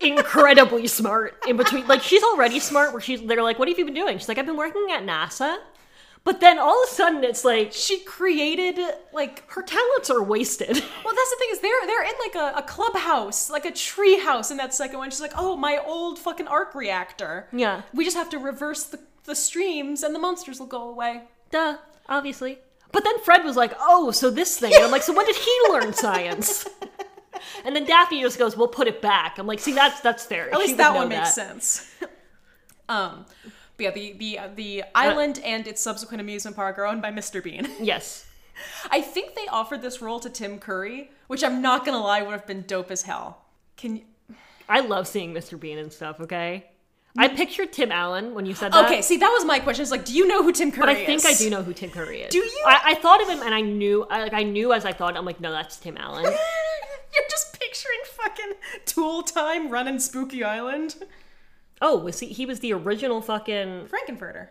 A: incredibly smart in between. Like she's already smart. Where she's, they're like, what have you been doing? She's like, I've been working at NASA. But then all of a sudden, it's like she,
B: she created like
A: her talents are wasted.
B: well that's the thing is they're they're in like a, a clubhouse like a tree house in that second one she's like oh my old fucking arc reactor
A: Yeah.
B: we just have to reverse the, the streams and the monsters will go away
A: Duh, obviously. But then Fred was like, oh, so this thing. And I'm like, so when did he learn science? And then Daphne just goes, we'll put it back. I'm like, see, that's that's fair.
B: At least that one makes sense. um, but yeah, the the
A: Uh,
B: the island and its subsequent amusement park are owned by Mr. Bean.
A: Yes.
B: I think they offered this role to Tim Curry, which I'm not gonna lie would have been dope as hell. Can you...
A: I love seeing Mr. Bean and stuff, okay? I pictured Tim Allen when you said that.
B: Mm-hmm. okay, see that was my question. It's like, do you know who Tim Curry
A: But I
B: is?
A: think I do know who Tim Curry is.
B: Do you?
A: I, I thought of him and I knew, I, like, I knew as I thought. I'm like, no, that's Tim Allen.
B: You're just picturing fucking Tool Time running Spooky Island.
A: oh, was he? He was the original fucking
B: Frankenfurter.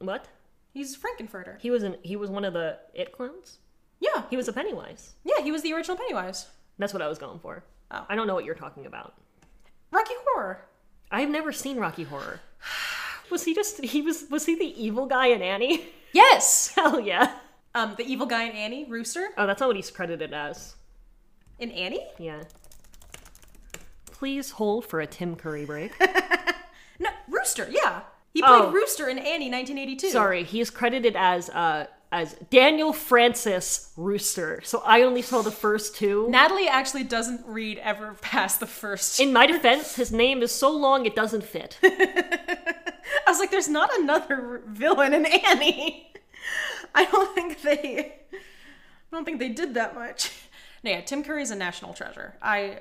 A: what?
B: He's Frankenfurter.
A: He was an he was one of the it clones.
B: Yeah,
A: He was a Pennywise.
B: yeah, he was the original Pennywise.
A: That's what I was going for.
B: Oh.
A: I don't know what you're talking about.
B: Rocky Horror.
A: I've never seen Rocky Horror. Was he just he was was he the evil guy in Annie?
B: Yes.
A: Hell yeah.
B: Um, the evil guy in Annie, Rooster.
A: Oh, that's not what he's credited as.
B: In Annie?
A: Yeah. Please hold for a Tim Curry break.
B: No, Rooster, yeah. He played
A: Oh.
B: Rooster in Annie 1982.
A: Sorry, he is credited as uh as Daniel Francis Rooster. So I only saw the first two.
B: Natalie actually doesn't read ever past the first.
A: In my defense, his name is so long it doesn't fit.
B: I was like, there's not another r- villain in Annie. I don't think they. I don't think they did that much. No, yeah, Tim Curry's a national treasure. I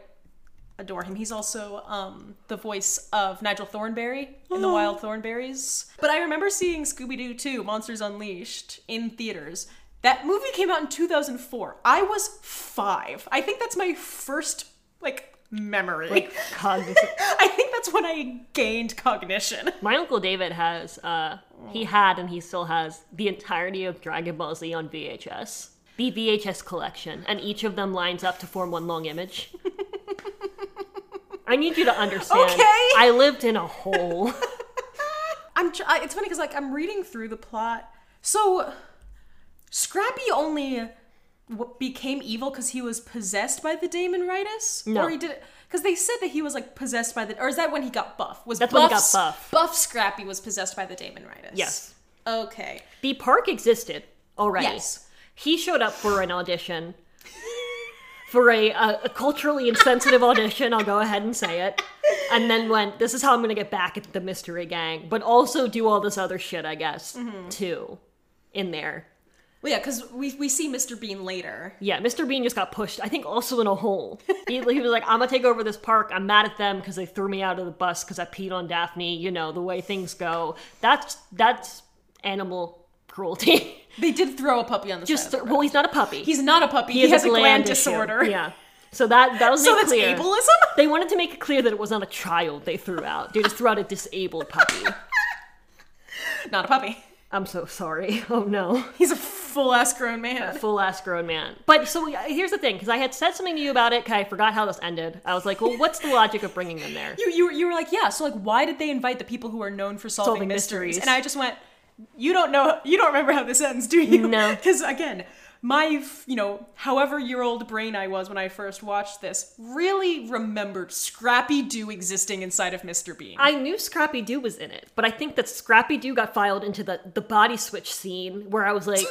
B: adore him. He's also um, the voice of Nigel Thornberry in The Wild Thornberries. But I remember seeing Scooby Doo 2 Monsters Unleashed in theaters. That movie came out in 2004. I was five. I think that's my first, like, memory.
A: Cognizant.
B: I think that's when I gained cognition.
A: My uncle David has uh he had and he still has the entirety of Dragon Ball Z on VHS. The VHS collection, and each of them lines up to form one long image. I need you to understand.
B: Okay.
A: I lived in a hole.
B: I'm. Tr- I, it's funny because like I'm reading through the plot. So Scrappy only w- became evil because he was possessed by the Daemonitis,
A: No.
B: or he did because they said that he was like possessed by the. Or is that when he got buff? Was
A: That's when he got
B: Buff's-
A: buff.
B: Buff Scrappy was possessed by the Daemonitis.
A: Yes.
B: Okay.
A: The park existed already.
B: Yes.
A: He showed up for an audition. For a, a, a culturally insensitive audition, I'll go ahead and say it. And then went, this is how I'm gonna get back at the mystery gang, but also do all this other shit, I guess, too, in there.
B: Well, yeah, because we we see Mr. Bean later.
A: Yeah, Mr. Bean just got pushed, I think also in a hole. He, he was like, I'm gonna take over this park, I'm mad at them because they threw me out of the bus because I peed on Daphne, you know, the way things go. That's, that's animal cruelty.
B: They did throw a puppy on the
A: just,
B: side. Of the road.
A: well, he's not a puppy.
B: He's not a puppy. He, has a gland,
A: issue.
B: disorder.
A: Yeah. So that that was
B: So
A: made
B: that's
A: clear.
B: ableism.
A: They wanted to make it clear that it was not a child they threw out. They just threw out a disabled puppy.
B: Not a puppy.
A: I'm so sorry. Oh no.
B: He's a full ass grown man.
A: Full ass grown man. But so uh, here's the thing because I had said something to you about it, 'cause I forgot how this ended. I was like, well, what's the logic of bringing them there?
B: You, you, you were like, yeah. So like, why did they invite the people who are known for solving,
A: Solving
B: mysteries?
A: mysteries.
B: And I just went, you don't know, you don't remember how this ends, do you?
A: No.
B: Because again, my f- you know, however year old brain I was when I first watched this, really remembered Scrappy Doo existing inside of Mr. Bean.
A: I knew Scrappy Doo was in it, but I think that Scrappy Doo got filed into the, the body switch scene where I was like,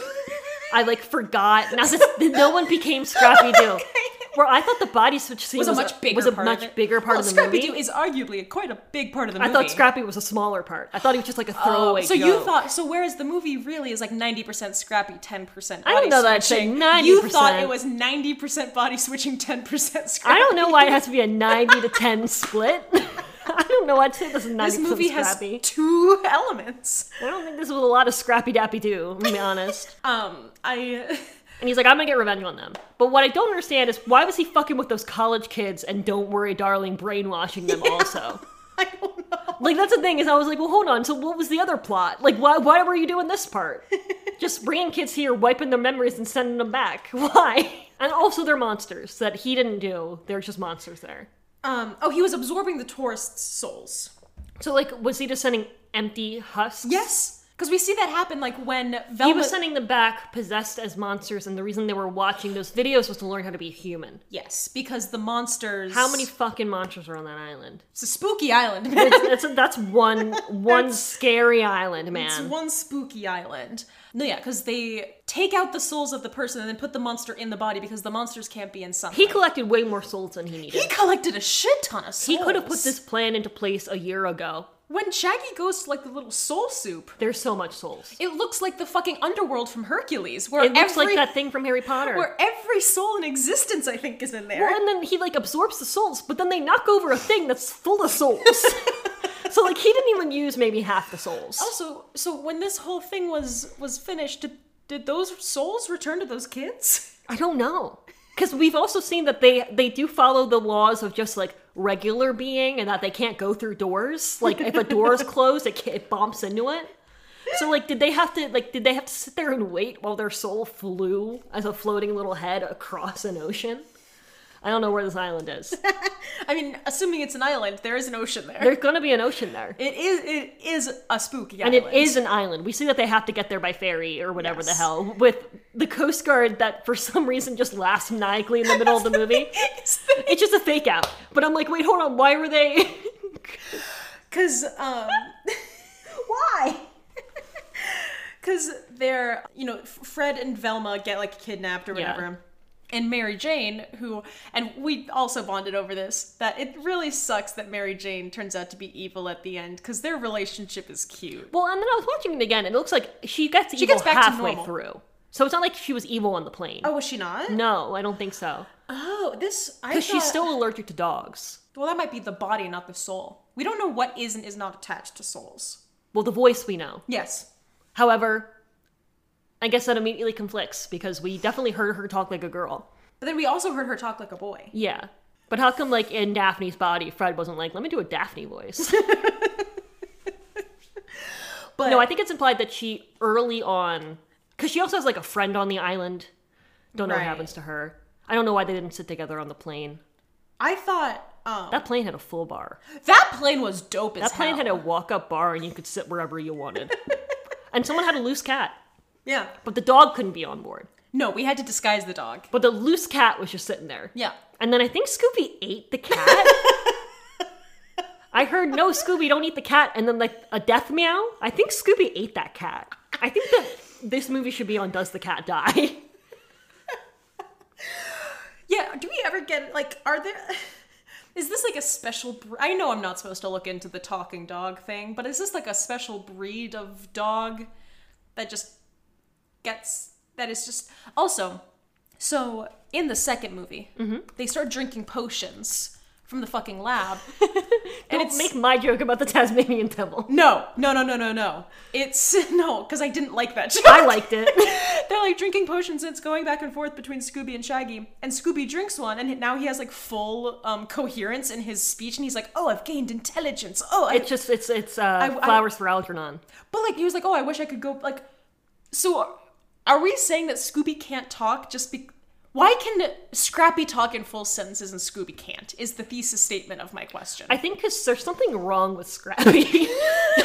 A: I like forgot. And I was just, no one became Scrappy Doo. Where I thought the body switch scene
B: was a much bigger
A: was a
B: part
A: much
B: of it.
A: bigger part
B: well,
A: of the
B: Scrappy
A: movie.
B: Doo is arguably quite a big part of the
A: I
B: movie.
A: thought Scrappy was a smaller part. I thought he was just like a
B: Oh,
A: throwaway.
B: so you
A: joke.
B: thought so? Whereas the movie really is like ninety percent Scrappy, ten percent.
A: I don't know that I'd say
B: You thought
A: 90%.
B: it was ninety percent body switching, ten percent Scrappy.
A: I don't know why it has to be a ninety to ten split. I don't know. I'd say this is ninety
B: This
A: percent
B: movie has
A: Scrappy.
B: two elements.
A: I don't think this was a lot of Scrappy Dappy Doo. To be honest.
B: Um, I
A: And he's like, I'm gonna get revenge on them. But what I don't understand is why was he fucking with those college kids and don't worry, darling, brainwashing them also.
B: I don't know.
A: Like that's the thing is I was like, well, hold on. So what was the other plot? Like why why were you doing this part? Just bringing kids here, wiping their memories, and sending them back. Why? And also they're monsters that he didn't do. They're just monsters there.
B: Um, oh, he was absorbing the tourists' souls.
A: So like, was he just sending empty husks?
B: Yes, because we see that happen like when Velma.
A: He was sending them back possessed as monsters, and the reason they were watching those videos was to learn how to be human.
B: yes, because the monsters.
A: How many fucking monsters are on that island?
B: It's a spooky island, man.
A: That's, that's, that's one one scary island, man.
B: It's one spooky island. No, yeah, because they take out the souls of the person and then put the monster in the body because the monsters can't be in sunlight.
A: he collected way more souls than he needed.
B: He collected a shit ton of souls.
A: He could have put this plan into place a year ago.
B: When Shaggy goes to like the little soul soup,
A: There's so much souls.
B: it looks like the fucking underworld from Hercules, where
A: It looks
B: every
A: like that thing from Harry Potter.
B: where every soul in existence I think is in there.
A: Well, and then he like absorbs the souls, but then they knock over a thing that's full of souls. so like he didn't even use maybe half the souls.
B: also, so when this whole thing was was finished, did, did those souls return to those kids?
A: I don't know. Because we've also seen that they they do follow the laws of just like regular being and that they can't go through doors. Like if a door is closed, it, ca- it bumps into it. So like, did they have to like did they have to sit there and wait while their soul flew as a floating little head across an ocean? I don't know where this island is.
B: I mean, assuming it's an island, there is an ocean there.
A: There's gonna be an ocean there.
B: It is it is a spooky
A: And it
B: island.
A: is an island. We see that they have to get there by ferry or whatever the
B: Yes.
A: hell with the Coast Guard that for some reason just laughs maniacally in the middle of the movie. It's just a fake out. But I'm like, wait, hold on. Why were they?
B: Because um, why? Because they're you know F- Fred and Velma get like kidnapped or
A: Yeah.
B: whatever. And Mary Jane, who, and we also bonded over this, that it really sucks that Mary Jane turns out to be evil at the end because their relationship is cute.
A: well, and then I was watching it again, and it looks like she gets evil
B: gets back to
A: halfway
B: normal.
A: through. So it's not like she was evil on the plane.
B: Oh, was she not?
A: No, I don't think so.
B: Oh, this. I
A: Because she's
B: thought-
A: still allergic to dogs.
B: Well, that might be the body, not the soul. We don't know what is and is not attached to souls.
A: Well, the voice we know.
B: Yes.
A: However, I guess that immediately conflicts because we definitely heard her talk like a girl.
B: But then we also heard her talk like a boy.
A: Yeah. But how come, like, in Daphne's body, Fred wasn't like, let me do a Daphne voice?
B: But
A: no, I think it's implied that she early on, because she also has, like, a friend on the island. Don't know
B: Right.
A: what happens to her. I don't know why they didn't sit together on the plane.
B: I thought um,
A: That plane had a full bar.
B: that plane was dope as
A: That plane had a
B: hell.
A: walk up bar and you could sit wherever you wanted. and someone had a loose cat,
B: yeah.
A: but the dog couldn't be on board.
B: No, we had to disguise the dog.
A: But the loose cat was just sitting there.
B: Yeah.
A: And then I think Scooby ate the cat. I heard no Scooby, don't eat the cat, and then like a death meow. I think Scooby ate that cat. I think that this movie should be on Does the Cat Die?
B: Yeah. Do we ever get like? Are there? Is this like a special? Bre- I know I'm not supposed to look into the talking dog thing, but is this like a special breed of dog that just gets that is just also so in the second movie they start drinking potions from the fucking lab
A: Don't
B: it's-
A: make my joke about the Tasmanian devil.
B: no no no no no no it's no because i didn't like that joke.
A: I liked it.
B: They're like drinking potions and it's going back and forth between Scooby and Shaggy. And Scooby drinks one and now he has like full um, coherence in his speech and he's like, oh, I've gained intelligence. Oh, I...
A: It's just it's it's uh,
B: I-
A: flowers for Algernon.
B: but like he was like, oh, I wish I could go. Like, so are- are we saying that Scooby can't talk just be. Why can Scrappy talk in full sentences and Scooby can't? Is the thesis statement of my question.
A: I think because there's something wrong with Scrappy.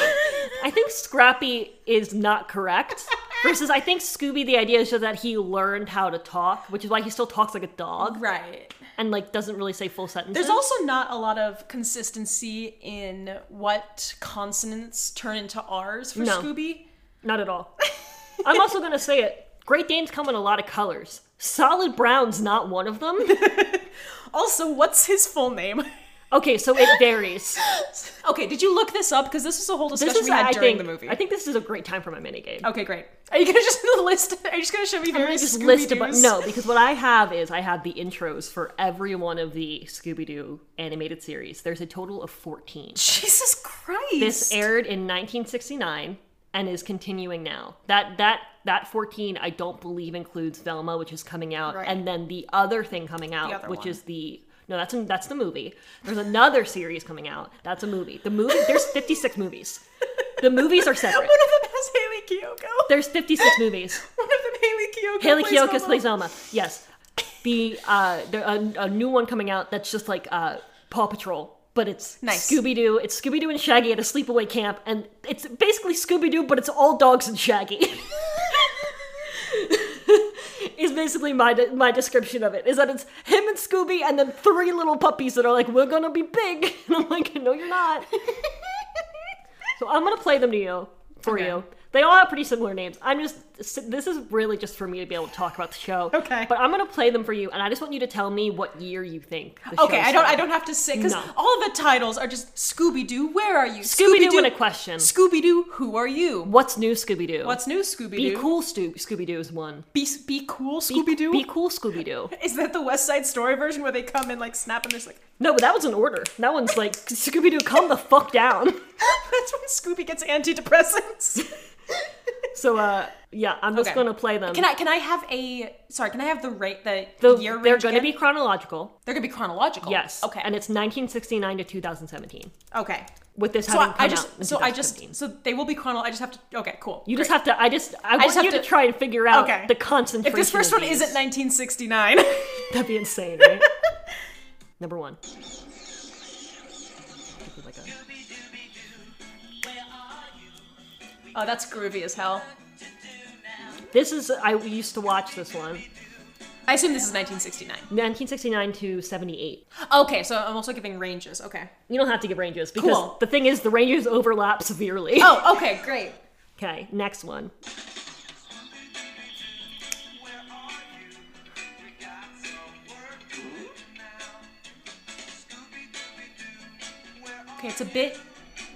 A: I think Scrappy is not correct. Versus, I think Scooby, the idea is just that he learned how to talk, which is why he still talks like a dog
B: right.
A: and like doesn't really say full sentences.
B: There's also not a lot of consistency in what consonants turn into R's for
A: No.
B: Scooby.
A: not at all. I'm also gonna say it. Great Danes come in a lot of colors. Solid brown's not one of them.
B: Also, what's his full name?
A: Okay, so it varies.
B: okay, did you look this up? Because this is a whole
A: This
B: discussion
A: is,
B: we had
A: I
B: during
A: think,
B: the movie.
A: I think this is a great time for my minigame.
B: Okay, great. Are you gonna just list? Are you just gonna show me
A: I
B: various
A: just
B: Scooby-Doos?
A: list a bu- no because what I have is I have the intros for every one of the Scooby Doo animated series. There's a total of 14.
B: Jesus Christ!
A: This aired in 1969 and is continuing now. That that that 14 I don't believe includes Velma which is coming out
B: Right.
A: and then the other thing coming out
B: other
A: which
B: one.
A: is the no that's in, that's the movie. There's another series coming out. That's a movie. The movie there's 56 movies. The movies are
B: One of
A: separate.
B: them has Haley Kiyoko.
A: There's 56 movies.
B: One of them Haley Kiyoko.
A: Haley
B: plays
A: Kiyoko
B: Velma.
A: plays Elma. Yes, the uh, there, a, a new one coming out that's just like uh, Paw Patrol, but it's
B: Nice.
A: Scooby Doo. It's Scooby Doo and Shaggy at a sleepaway camp, and it's basically Scooby Doo, but it's all dogs and Shaggy. is basically my de- my description of it is that it's him and Scooby and then three little puppies that are like we're gonna be big and I'm like no you're not so I'm gonna play them to you for
B: Okay.
A: you they all have pretty similar names I'm just this is really just for me to be able to talk about the show
B: Okay.
A: but I'm gonna play them for you and I just want you to tell me what year you think the
B: Okay,
A: show's
B: I don't.
A: from.
B: I don't have to say because
A: No.
B: all the titles are just Scooby Doo. Where are you?
A: Scooby-Doo in a question
B: Scooby Doo. Who are you?
A: what's new Scooby Doo
B: What's new, Scooby
A: be
B: Doo?
A: cool Stu- Scooby Doo is one
B: Be, be cool,
A: Be-
B: Scooby Doo.
A: be cool Scooby Doo
B: Is that the West Side Story version where they come and like snap and there's like
A: no but that was an order that one's like Scooby Doo come the fuck down.
B: that's when Scooby gets antidepressants.
A: So uh yeah, I'm just
B: Okay.
A: gonna play them.
B: Can I can I have a sorry? Can I have the rate the,
A: The-
B: year range?
A: they're gonna
B: again?
A: be chronological.
B: they're gonna be chronological.
A: Yes.
B: Okay.
A: And it's 1969 to 2017.
B: okay.
A: With this
B: So
A: having
B: I,
A: come
B: I
A: out
B: just
A: in
B: so I
A: 2017.
B: just so they will be chronological. I just have to okay cool.
A: you just have to. I just. I, want
B: just have
A: you to,
B: to-
A: try and figure out
B: Okay.
A: the concentration.
B: if this first
A: of
B: one
A: these.
B: isn't 1969,
A: that'd be insane, right? Number one. Like a-
B: oh that's groovy as hell.
A: This is. I used to watch this one,
B: I assume this is 1969.
A: 1969 to 78.
B: Okay, so I'm also giving ranges. Okay.
A: You don't have to give ranges because
B: Cool.
A: the thing is, the ranges overlap severely.
B: Oh, okay, great.
A: Okay, next one.
B: Okay, it's a bit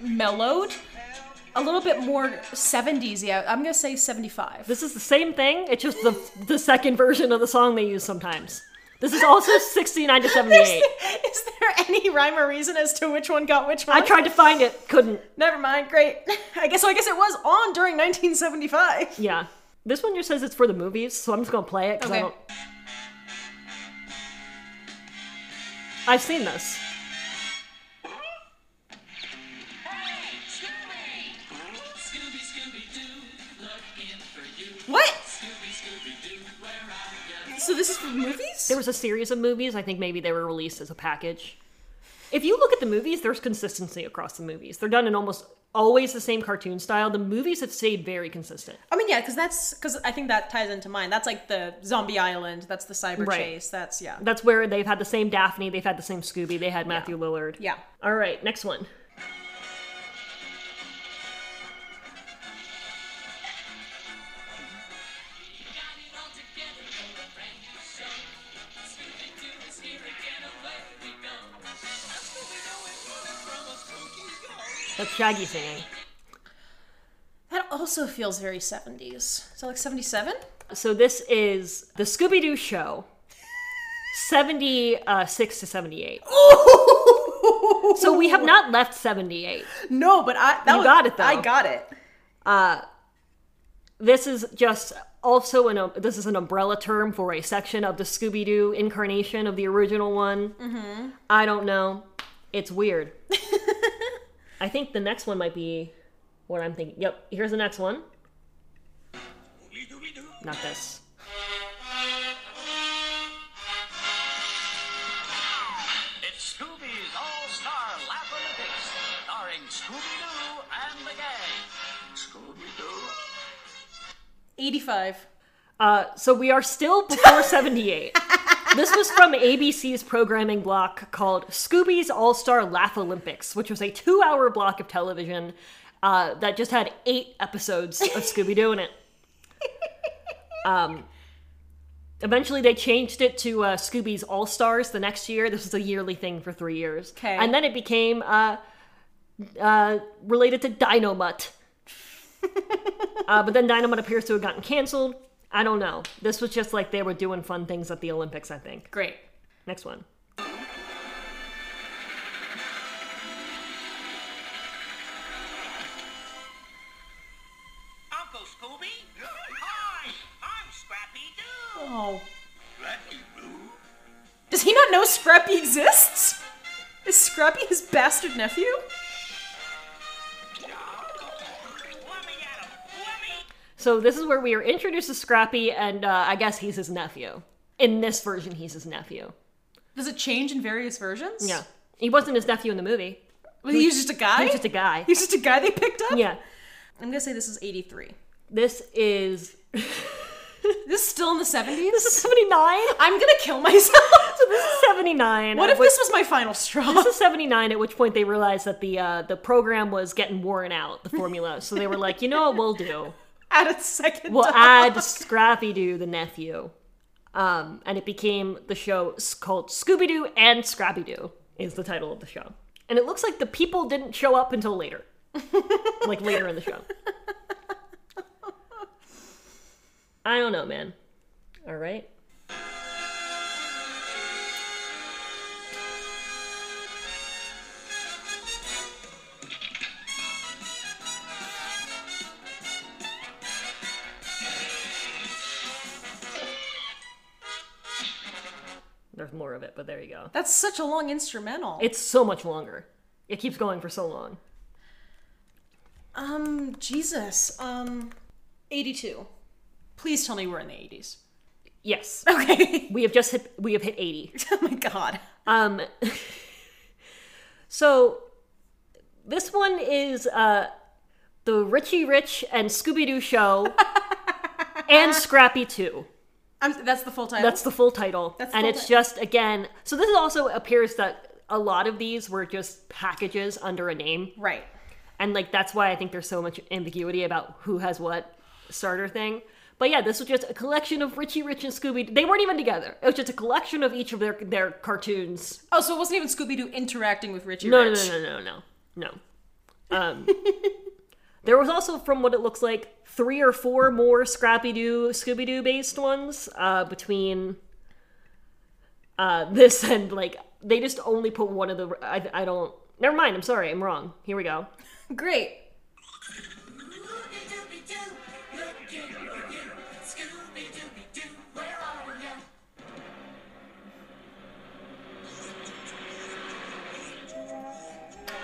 B: mellowed, a little bit more 70s. Yeah, I'm gonna say 75.
A: This is the same thing. It's just the the second version of the song they use sometimes. This is also 69 to 78.
B: Is there any rhyme or reason as to which one got which one?
A: I tried to find it, couldn't.
B: Never mind. Great. I guess. So I guess it was on during 1975.
A: Yeah. This one just says it's for the movies, so I'm just gonna play it because I
B: Okay.
A: don't. I've seen this.
E: Scooby, Scooby Doo, looking for you.
B: What?
E: Scooby, Scooby Doo, where are you?
B: So this is for movies?
A: There was a series of movies. I think maybe they were released as a package. If you look at the movies, there's consistency across the movies. They're done in almost always the same cartoon style. The movies have stayed very consistent.
B: I mean, yeah, because that's because I think that ties into mine. That's like the Zombie Island. That's the Cyber
A: Right.
B: Chase. That's yeah.
A: That's where they've had the same Daphne, they've had the same Scooby, they had Matthew Lillard.
B: Yeah.
A: All right, next one.
E: Got it all together for a brand new show. Scooby Doo is here again, away we go. A Scooby-Doo is running from a spooky ghost.
A: That's Shaggy singing.
B: That also feels very 70s. So like 77?
A: So this is the Scooby Doo show, 76 to 78.
B: Oh.
A: So we have not left 78.
B: No, but I that
A: You
B: was-
A: got it, though.
B: I got it.
A: This is just also an um, this is an umbrella term for a section of the Scooby Doo incarnation of the original one. Mm-hmm. I don't know. It's weird. I think the next one might be what I'm thinking. Yep, here's the next one. Not this.
D: It's Scooby's All-Star Lap of the Dicks, starring Scooby-Doo and the gang. Scooby-Doo.
B: 85.
A: Uh, so we are still before 78. This was from ABC's programming block called Scooby's All Star Laugh Olympics, which was a two hour block of television uh, that just had eight episodes of Scooby Doo in it. Um, eventually, they changed it to uh, Scooby's All Stars the next year. This was a yearly thing for three years.
B: 'Kay.
A: And then it became uh, uh, related to Dynamut. uh, but then Dynamut appears to have gotten canceled. I don't know. This was just like they were doing fun things at the Olympics, I think.
B: Great.
A: Next one.
E: Uncle Scooby? Hi, I'm Scrappy Doo.
B: Oh.
E: Scrappy Doo?
B: Does he not know Scrappy exists? Is Scrappy his bastard nephew?
E: Let me at him. Let me.
A: So this is where we are introduced to Scrappy, and uh, I guess he's his nephew. In this version, he's his nephew.
B: Does it change in various versions?
A: Yeah, he wasn't his nephew in the movie.
B: Was he just a guy?
A: He's just a guy.
B: He's just a guy they picked up?
A: Yeah,
B: I'm gonna say this is 83.
A: this is
B: This is still in the 70s?
A: this is seventy nine.
B: I'm gonna kill myself.
A: So this is seventy nine.
B: what if this was my final straw?
A: This is seventy nine. At which point they realized that the uh, the program was getting worn out, the formula. So they were like, you know what we'll do?
B: Add a second.
A: We'll
B: dog.
A: add Scrappy Doo, the nephew, um, and it became the show s- called Scooby Doo and Scrappy Doo is the title of the show. And it looks like the people didn't show up until later, like later in the show. I don't know, man. All right. There's more of it, but there you go.
B: That's such a long instrumental.
A: It's so much longer. It keeps going for so long.
B: um, Jesus. Um, 82. Please tell me we're in the 80s.
A: Yes,
B: Okay.
A: we have just hit. We have hit eighty.
B: oh my god.
A: Um, so this one is uh, the Richie Rich and Scooby Doo show and Scrappy 2.
B: I'm, that's the full title.
A: That's the full title.
B: That's
A: and
B: full
A: it's
B: ti-
A: just, again, so this also appears that a lot of these were just packages under a name.
B: right.
A: And like that's why I think there's so much ambiguity about who has what starter thing. But yeah, this was just a collection of Richie Rich and Scooby. They weren't even together. It was just a collection of each of their their cartoons
B: Oh, so it wasn't even Scooby Doo interacting with Richie
A: No, no,
B: Rich.
A: no, no, no, no, no. Um, there was also, from what it looks like, three or four more Scrappy Doo, Scooby Doo based ones uh, between uh, this and like they just only put one of the. I, I don't. Never mind. I'm sorry. I'm wrong. Here we go.
B: Great.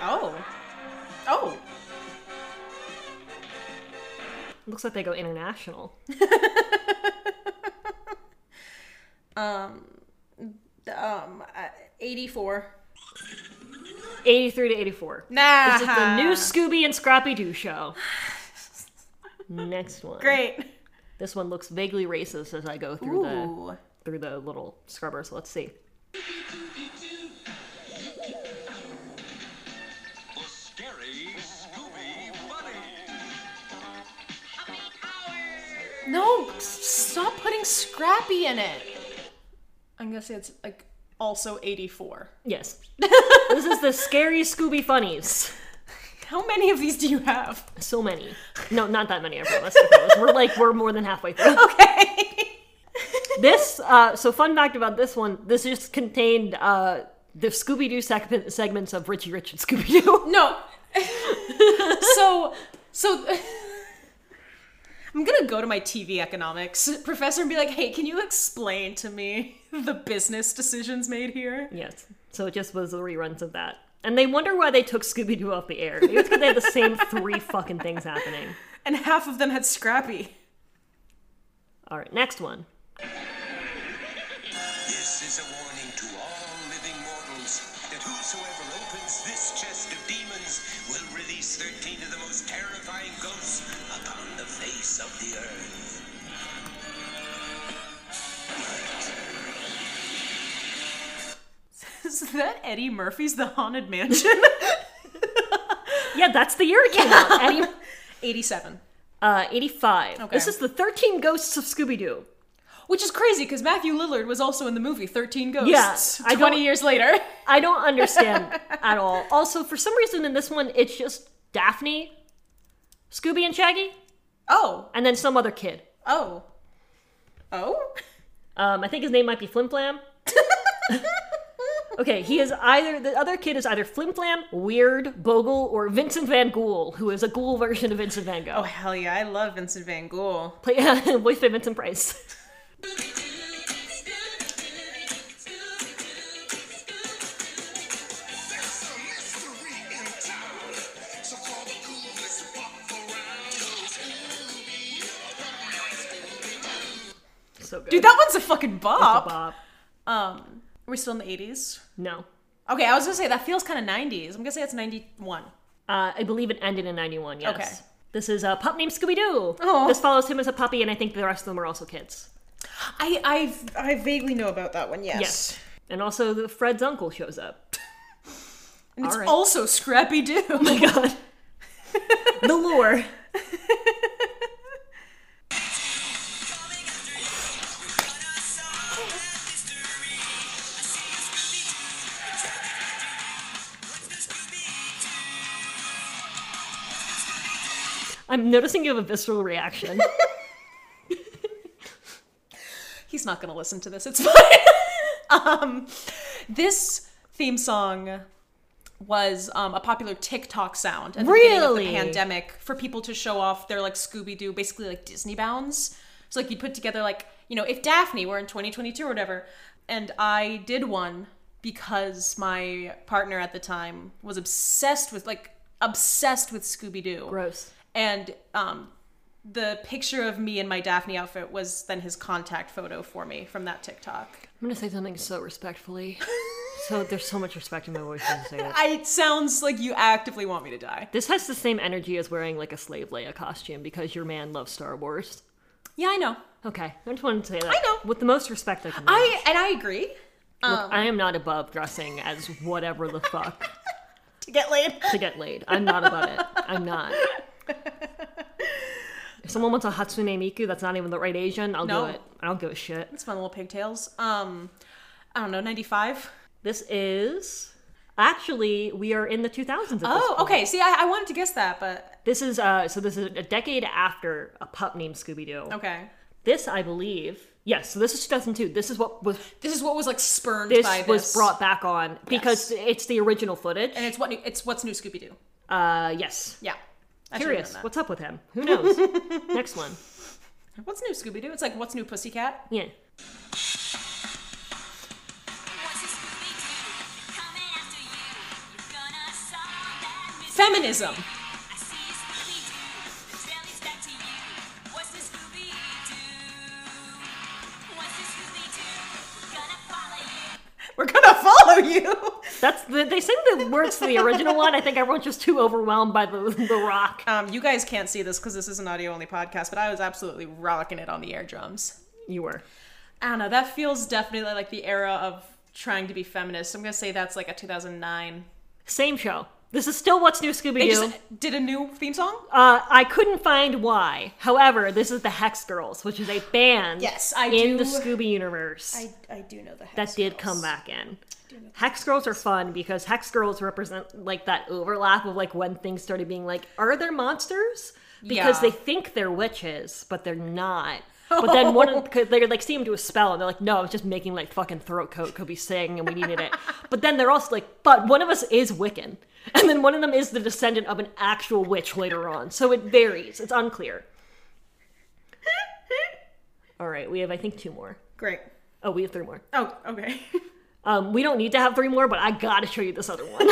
B: Oh. Oh.
A: Looks like they go international.
B: Um, uh, 84.
A: 83 to 84.
B: Nah.
A: This is the new Scooby and Scrappy Doo show. Next one.
B: Great.
A: This one looks vaguely racist as I go through the
B: Ooh.
A: through the little scrubber, so let's see.
D: The scary Scooby Buddies.
B: No, s- stop putting Scrappy in it. I'm gonna say it's like also 84.
A: Yes. this is the scary Scooby Funnies.
B: How many of these do you have?
A: So many. No, not that many, I promise. I promise. We're like, we're more than halfway through.
B: Okay.
A: This, uh, so fun fact about this one, this just contained uh, the Scooby Doo seg- segments of Richie Rich and Scooby Doo.
B: No. so, so. I'm gonna go to my TV economics professor and be like, hey, can you explain to me the business decisions made here?
A: yes. So it just was the reruns of that. And they wonder why they took Scooby Doo off the air. It was because they had the same three fucking things happening.
B: And half of them had Scrappy.
A: All right, next one.
F: This is a warning to all living mortals that whosoever opens this chest of demons will release 13 of the most terrifying ghosts upon the face of the earth.
B: Is that Eddie Murphy's The Haunted Mansion?
A: Yeah, that's the year it came out. Eddie-
B: 87.
A: Uh, 85.
B: Okay.
A: This is the 13 Ghosts of Scooby Doo.
B: Which is crazy because Matthew Lillard was also in the movie 13 Ghosts.
A: I
B: 20
A: don't-
B: years later.
A: I don't understand at all. Also, for some reason in this one, it's just Daphne, Scooby, and Shaggy,
B: Oh.
A: and then some other kid.
B: Oh. Oh?
A: Um, I think his name might be Flimflam. okay, he is either the other kid is either Flimflam, Weird, Bogle, or Vincent Van Gogh, who is a ghoul version of Vincent Van Gogh.
B: hell yeah. I love Vincent Van Gogh.
A: Play, yeah, voiced by Vincent Price.
E: There's a mystery in town, so call the coolest pop around.
A: So good.
B: Dude, that one's a fucking bop.
A: Bob.
B: Um, we're still in the 80s.
A: No.
B: Okay, I was gonna say that feels kind of 90s. I'm gonna say it's 91.
A: Uh, I believe it ended in 91, yes.
B: Okay.
A: This is a pup named Scooby Doo.
B: Aw.
A: This follows him as a puppy, and I think the rest of them are also kids.
B: I I I vaguely know about that one. Yes.
A: Yes. And also, the Fred's uncle shows up.
B: And it's
A: All right.
B: also Scrappy Doo.
A: Oh my god. the lore. I'm noticing you have a visceral reaction.
B: He's not gonna listen to this. It's fine. um, this theme song was um, a popular TikTok sound at the beginning of the
A: Really?
B: pandemic for people to show off their like Scooby Doo, basically like Disney bounds. So like you'd put together like you know if Daphne were in 2022 or whatever, and I did one because my partner at the time was obsessed with like obsessed with Scooby Doo
A: Gross.
B: and um, the picture of me in my Daphne outfit was then his contact photo for me from that TikTok.
A: I'm gonna say something so respectfully. so there's so much respect in my voice when I say it.
B: I, it sounds like you actively want me to die.
A: This has the same energy as wearing like a slave Leia costume because your man loves Star Wars.
B: Yeah, I know.
A: Okay, I just wanted to say that.
B: I know.
A: With the most respect I can. I,
B: I um, and I agree.
A: Look, I am not above dressing as whatever the fuck
B: To get laid.
A: to get laid. I'm not above it. I'm not. If someone wants a Hatsune Miku that's not even the right Asian, I'll
B: No.
A: do it. I don't give a shit.
B: It's my little pigtails. Um, I don't know, ninety five.
A: This is actually we are in the 2000s. At this
B: Oh, okay. See, I, I wanted to guess that, but
A: This is uh so this is a decade after a pup named Scooby Doo.
B: okay.
A: This I believe. Yes, so this is 2002. This is what was
B: This is what was like spurned
A: this
B: by this.
A: was brought back on because it's the original footage.
B: and it's what new, it's what's new Scooby Doo.
A: uh yes.
B: Yeah. I should've
A: Curious.
B: known that.
A: What's up with him? Who knows? Next one.
B: What's new Scooby Doo? It's like what's new Pussycat.
A: Yeah.
B: Feminism. We're gonna follow you.
A: That's the, they sing the words to the original one. I think everyone's just too overwhelmed by the the rock.
B: Um, you guys can't see this because this is an audio only podcast, but I was absolutely rocking it on the air drums.
A: You were.
B: I don't know. That feels definitely like the era of trying to be feminist. I'm gonna say that's like a 2009.
A: Same show. This is still what's new Scooby
B: They
A: Doo.
B: just did a new theme song.
A: Uh, I couldn't find why. However, this is the Hex Girls, which is a band
B: Yes, I
A: in
B: do-
A: the Scooby universe
B: I do know the
A: that did come back in. Hex Girls are fun because Hex Girls represent like that overlap of like when things started being like, are there monsters? Because
B: Yeah.
A: they think they're witches, but they're not. But then one, of- 'cause they like see him do a spell, and they're like, "No, I was just making like fucking throat coat Kobe sing, and we needed it." but then they're also like, "But one of us is Wiccan, and then one of them is the descendant of an actual witch later on." So it varies; it's unclear. All right, we have I think two more.
B: Great.
A: Oh, we have three more.
B: Oh, okay.
A: Um, we don't need to have three more, but I gotta show you this other one.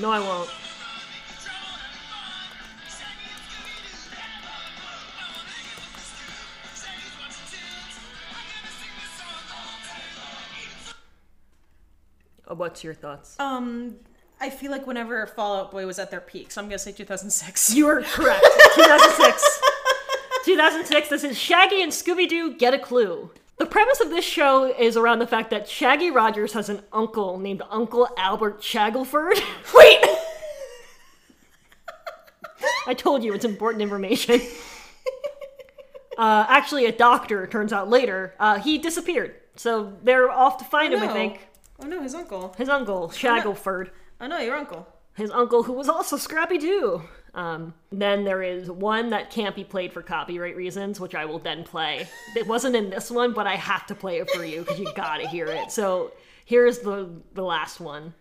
A: no, I won't. Uh, What's your thoughts?
B: um, I feel like whenever Fall Out Boy was at their peak, so I'm gonna say 2006.
A: You are correct. 2006. 2006. This is Shaggy and Scooby Doo Get a Clue. The The premise of this show is around the fact that Shaggy Rogers has an uncle named Uncle Albert Shackelford. Wait! I told you it's important information. Uh, actually, a doctor, it turns out later, uh, he disappeared. So they're off to find him, I
B: No.
A: think.
B: Oh no, his uncle.
A: His uncle, Shackelford.
B: Oh no, your uncle.
A: his uncle who was also Scrappy Doo. Um, then there is one that can't be played for copyright reasons, which I will then play. It wasn't in this one, but I have to play it for you because you gotta hear it. So here's the the last one.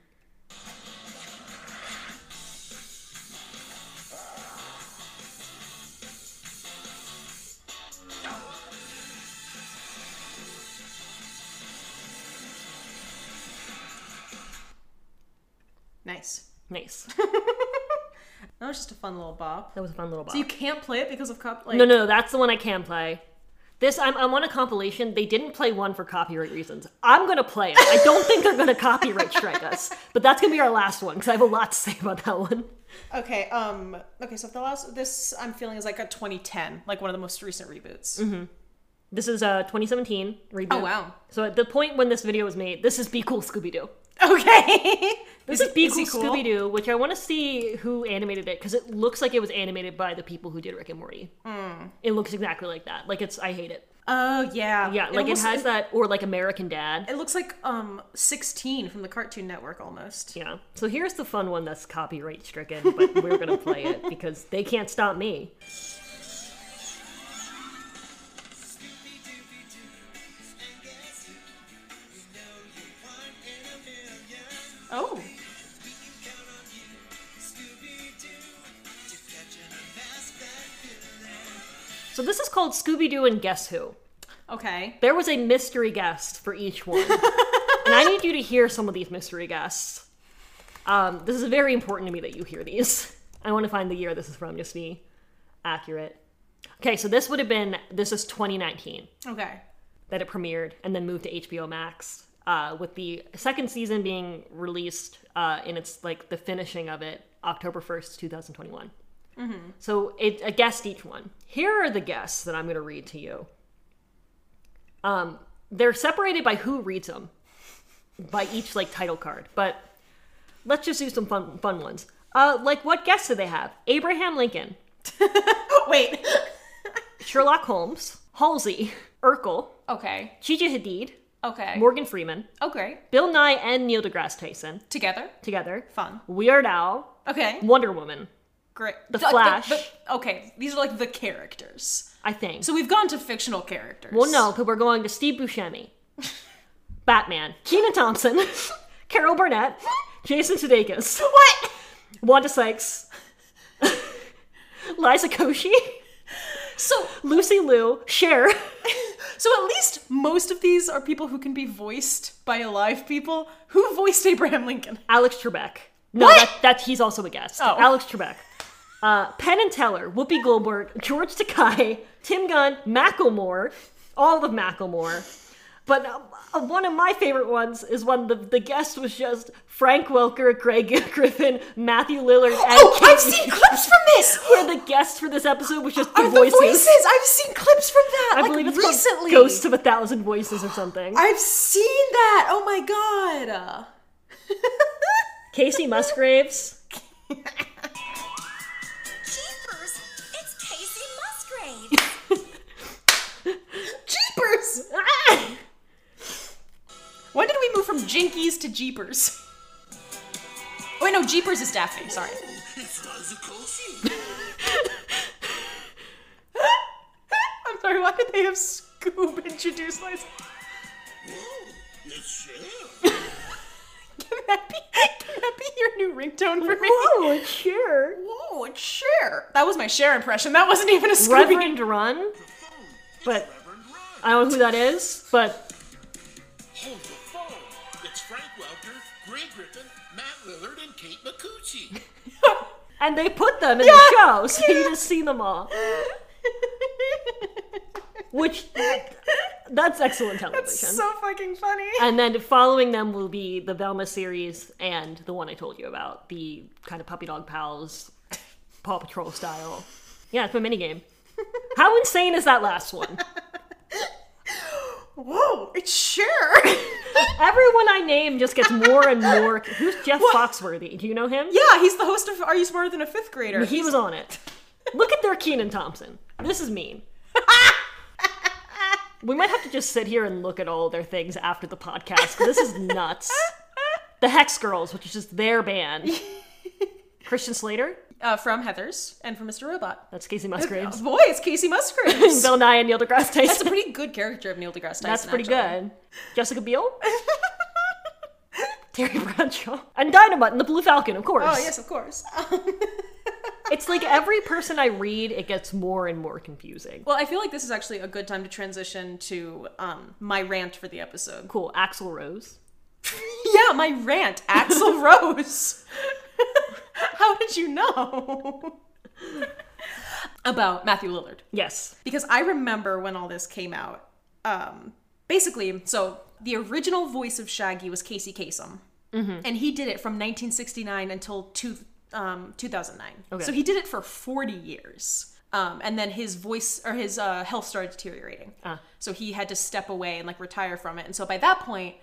B: Nice.
A: Nice.
B: That was just a fun little bop.
A: That was a fun little box.
B: So you can't play it because of cop. Like,
A: no, no, no, that's the one I can play. This I'm, I'm on a compilation. They didn't play one for copyright reasons. I'm gonna play it. I don't think they're gonna copyright strike us, but that's gonna be our last one because I have a lot to say about that one.
B: Okay. Um. Okay. So if the last this I'm feeling is like a 2010, like one of the most recent reboots.
A: Mm-hmm. This is uh 2017 reboot.
B: Oh wow.
A: So at the point when this video was made, this is Be Cool Scooby Doo.
B: Okay.
A: This is Be Cool Scooby Doo, which I want to see who animated it because it looks like it was animated by the people who did Rick and Morty. It looks exactly like that. Like it's, I hate it.
B: Oh yeah.
A: Yeah, like it
B: almost-
A: has that, or like American Dad.
B: It looks like um 16 from the Cartoon Network almost.
A: Yeah. So here's the fun one that's copyright stricken, but we're gonna play it because they can't stop me.
B: Oh.
A: So this is called Scooby Doo and Guess Who.
B: Okay.
A: There was a mystery guest for each one. and I need you to hear some of these mystery guests. Um, this is very important to me that you hear these. I want to find the year this is from just to be accurate. Okay, so this would have been, this is 2019
B: Okay.
A: that it premiered and then moved to HBO Max. Uh, with the second season being released uh, in its like the finishing of it, October first, two thousand twenty-one. So it, I guessed each one. Here are the guests that I'm going to read to you. Um, they're separated by who reads them, by each like title card. But let's just do some fun fun ones. Uh, like what guests do they have? Abraham Lincoln,
B: Wait.
A: Sherlock Holmes, Halsey, Urkel,
B: Okay.
A: Gigi Hadid,
B: Okay.
A: Morgan Freeman.
B: oh great.
A: Bill Nye and Neil deGrasse Tyson
B: Together.
A: together.
B: Fun.
A: Weird Al,
B: Okay.
A: Wonder Woman,
B: Great.
A: The
B: Like,
A: Flash.
B: okay, these are like the characters.
A: I think.
B: So we've gone to fictional characters.
A: well, no, because we're going to Steve Buscemi, Batman, Keenan Thompson, Carol Burnett, Jason Sudeikis. What? Wanda Sykes, Liza Koshy,
B: So
A: Lucy Liu, Cher.
B: so at least most of these are people who can be voiced by alive people. Who voiced Abraham Lincoln?
A: Alex Trebek. No, That, that he's also a guest.
B: Oh.
A: Alex Trebek. Uh, Penn and Teller, Whoopi Goldberg, George Takai, Tim Gunn, Macklemore, all of Macklemore. But uh, uh, one of my favorite ones is when the, the guest was just Frank Welker, Greg Griffin, Matthew Lillard, and
B: Oh,
A: Kate
B: I've seen
A: Hughes,
B: clips from this.
A: where the guest for this episode was just the
B: Are the
A: voices.
B: voices? I've seen clips from that.
A: I
B: like
A: believe it's
B: recently.
A: called Ghosts of a Thousand Voices or something.
B: I've seen that. Oh my god.
A: Casey Musgraves.
G: Jeepers, it's Casey Musgrave.
B: Jeepers. When did we move from Jinkies to Jeepers? Oh, wait, no, Jeepers is Daphne. Sorry.
F: It's Liza Koshy.
B: I'm sorry. Why did they have Scoob introduce myself?
F: Whoa, it's Cher.
B: Can that be? Can that be your new ringtone for me?
A: Whoa, sure.
B: Whoa, it's Cher. That was my Cher impression. That wasn't even a Scooby.
A: Reverend Run,
F: Phone. It's
A: but
F: Reverend Ryan.
A: I don't know who that is, but
F: Hold the phone. It's Frank Welker, Greg Griffin, Matt Lillard, and Kate McCucci.
A: and they put them in the show, so you just see them all. Which that's excellent television.
B: so fucking funny.
A: and then following them will be the Velma series and the one I told you about, the kind of puppy dog pals, Paw Patrol style. Yeah, it's my minigame. How insane is that last one?
B: whoa, it's sure.
A: Everyone I name just gets more and more. Who's Jeff Foxworthy? Do you know him?
B: yeah, he's the host of Are You Smarter Than a Fifth Grader?
A: He was on it. Look at their Keenan Thompson. This is mean. we might have to just sit here and look at all their things after the podcast. 'cause This is nuts. The Hex Girls, which is just their band. Christian Slater.
B: uh, from Heather's and from Mr. Robot.
A: That's Casey Musgraves.
B: Boy, it's Casey Musgraves.
A: Bill Nye and Neil deGrasse Tyson.
B: That's a pretty good character of Neil deGrasse Tyson.
A: That's pretty
B: actually.
A: good. Jessica Biel. Terry Bradshaw. And Dynamite and the Blue Falcon, of course.
B: Oh yes, of course.
A: It's like every person I read, it gets more and more confusing.
B: well, I feel like this is actually a good time to transition to um, my rant for the episode.
A: Cool. Axel Rose.
B: Yeah, my rant, Axel Rose. How did you know? About Matthew Lillard.
A: Yes.
B: Because I remember when all this came out. Um, basically, so the original voice of Shaggy was Casey Kasem. And he did it from 1969 until two, um, 2009.
A: Okay.
B: So he did it for 40 years. Um, and then his voice or his uh, health started deteriorating. So he had to step away and like retire from it. And so by that point,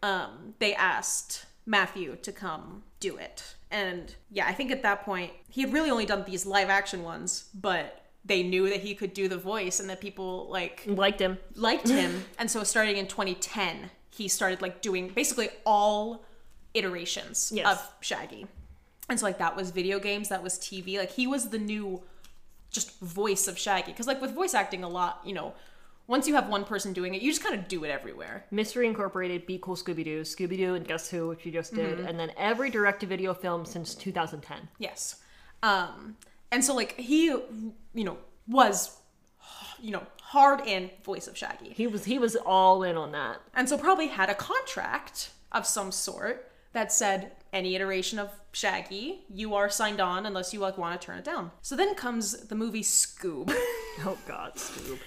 B: um, they asked Matthew to come do it. And yeah, I think at that point, he had really only done these live action ones, but they knew that he could do the voice and that people like
A: Liked him.
B: liked him. and so starting in 2010, he started like doing basically all iterations
A: Yes.
B: of Shaggy. And so like that was video games, that was TV. Like he was the new just voice of Shaggy cuz like with voice acting a lot, you know, once you have one person doing it, you just kind of do it everywhere.
A: Mystery Incorporated, Be Cool Scooby Doo, Scooby Doo and Guess Who, which you just did, and then every direct to video film since 2010.
B: Yes. Um, and so like he, you know, was, you know, hard in voice of Shaggy.
A: He was he was all in on that.
B: And so probably had a contract of some sort that said any iteration of Shaggy, you are signed on unless you like want to turn it down. So then comes the movie Scoob.
A: Oh God, Scoob.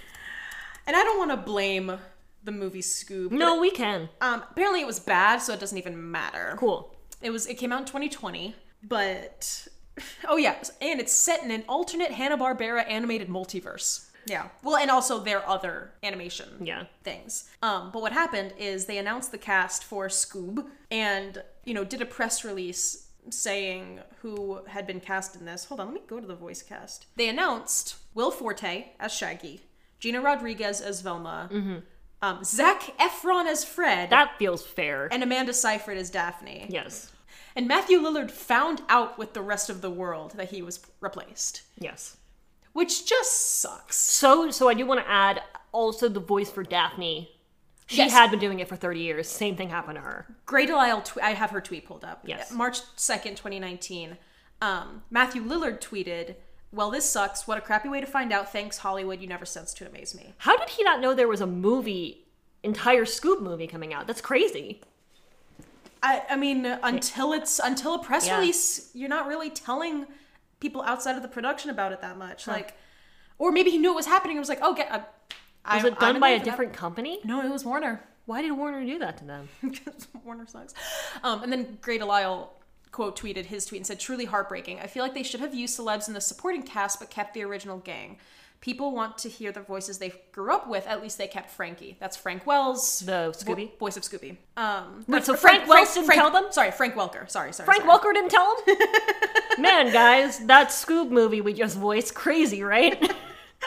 B: and I don't want to blame the movie Scoob. but,
A: No, we can.
B: Um, apparently it was bad, so it doesn't even matter.
A: Cool.
B: It was it came out in 2020, but oh yeah, and it's set in an alternate Hanna-Barbera animated multiverse. Yeah. Well, and also their other animation
A: Yeah.
B: things. Um, but what happened is they announced the cast for Scoob and, you know, did a press release saying who had been cast in this. Hold on, let me go to the voice cast. They announced Will Forte as Shaggy, Gina Rodriguez as Velma, um, Zach Efron as Fred,
A: Mm-hmm. That feels fair.
B: and Amanda Seyfried as Daphne.
A: yes.
B: And Matthew Lillard found out with the rest of the world that he was replaced,
A: Yes.
B: which just sucks.
A: So so I do want to add also the voice for Daphne. She
B: Yes.
A: had been doing it for 30 years. Same thing happened to her.
B: Great Delisle, tw- I have her tweet pulled up.
A: Yes.
B: March 2nd, 2019. Um, Matthew Lillard tweeted, Well, this sucks. What a crappy way to find out. Thanks, Hollywood. You never sense to amaze me.
A: How did he not know there was a movie, entire Scoop movie coming out? That's crazy.
B: I, I mean, until it's until a press
A: Yeah.
B: release, you're not really telling people outside of the production about it that much. Like, or maybe he knew it was happening and was like, Oh, get. Uh,
A: Was it done by a different company?
B: No, it was Warner.
A: Why did Warner do that to them?
B: because Warner sucks. Um, and then Great Lyle quote tweeted his tweet and said, "Truly heartbreaking. I feel like they should have used celebs in the supporting cast, but kept the original gang. People want to hear the voices they grew up with. At least they kept Frankie. That's Frank Wells,
A: The
B: vo-
A: Scooby?
B: voice of Scooby. Um,
A: Wait, so
B: Fra-
A: Frank Wells didn't
B: Frank-
A: tell them?
B: Sorry, Frank Welker. Sorry, sorry.
A: Frank
B: sorry.
A: Welker didn't tell him? Man, guys, that Scoob movie we just voiced, crazy, right?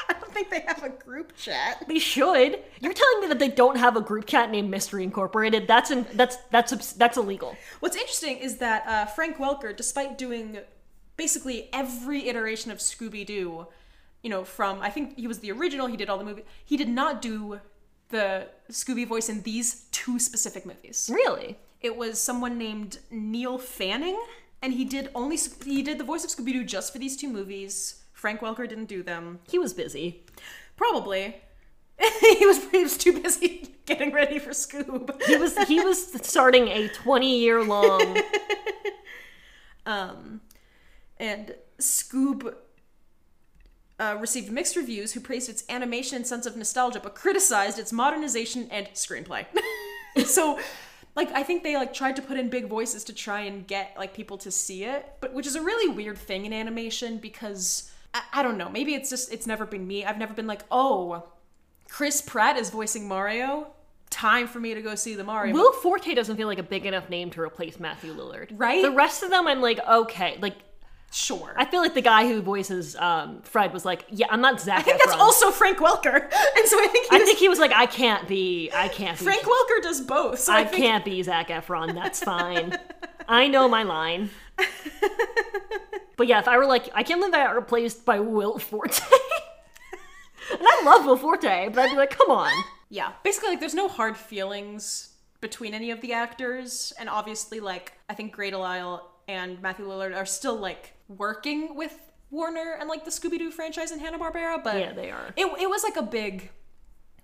B: I don't think they have a group chat.
A: they should. You're telling me that they don't have a group chat named Mystery Incorporated? That's in, that's that's obs- that's illegal.
B: What's interesting is that uh, Frank Welker, despite doing basically every iteration of Scooby Doo, you know, from I think he was the original, he did all the movies, he did not do the Scooby voice in these two specific movies.
A: Really?
B: It was someone named Neil Fanning, and he did only he did the voice of Scooby Doo just for these two movies. Frank Welker didn't do them,
A: He was busy.
B: probably. he was he was too busy getting ready for Scoob.
A: He was he was starting a 20 year long
B: and Scoob uh, received mixed reviews who praised its animation and sense of nostalgia, but criticized its modernization and screenplay. so, like, I think they like tried to put in big voices to try and get like people to see it, but which is a really weird thing in animation because I, I don't know. Maybe it's just it's never been me. I've never been like, oh, Chris Pratt is voicing Mario. time for me to go see the Mario.
A: Will Forte doesn't feel like a big enough name to replace Matthew Lillard.
B: Right?
A: The rest of them, I'm like, okay. Like,
B: sure.
A: I feel like the guy who voices um, Fred was like, yeah, I'm not Zach
B: I think that's
A: Efron.
B: also Frank Welker, and so I think he
A: I
B: was,
A: think he was like, I can't be, I can't be,
B: Frank Welker does both. So I,
A: I
B: think,
A: can't be Zach Efron. That's fine. I know my line. but yeah, if I were like, I can't believe I got replaced by Will Forte. and I love Will Forte, but I'd be like, come on.
B: Yeah, basically, like there's no hard feelings between any of the actors, and obviously, like I think Great Lyle and Matthew Lillard are still like working with Warner and like the Scooby Doo franchise and Hanna Barbera, but
A: Yeah, they are.
B: It it was like a big,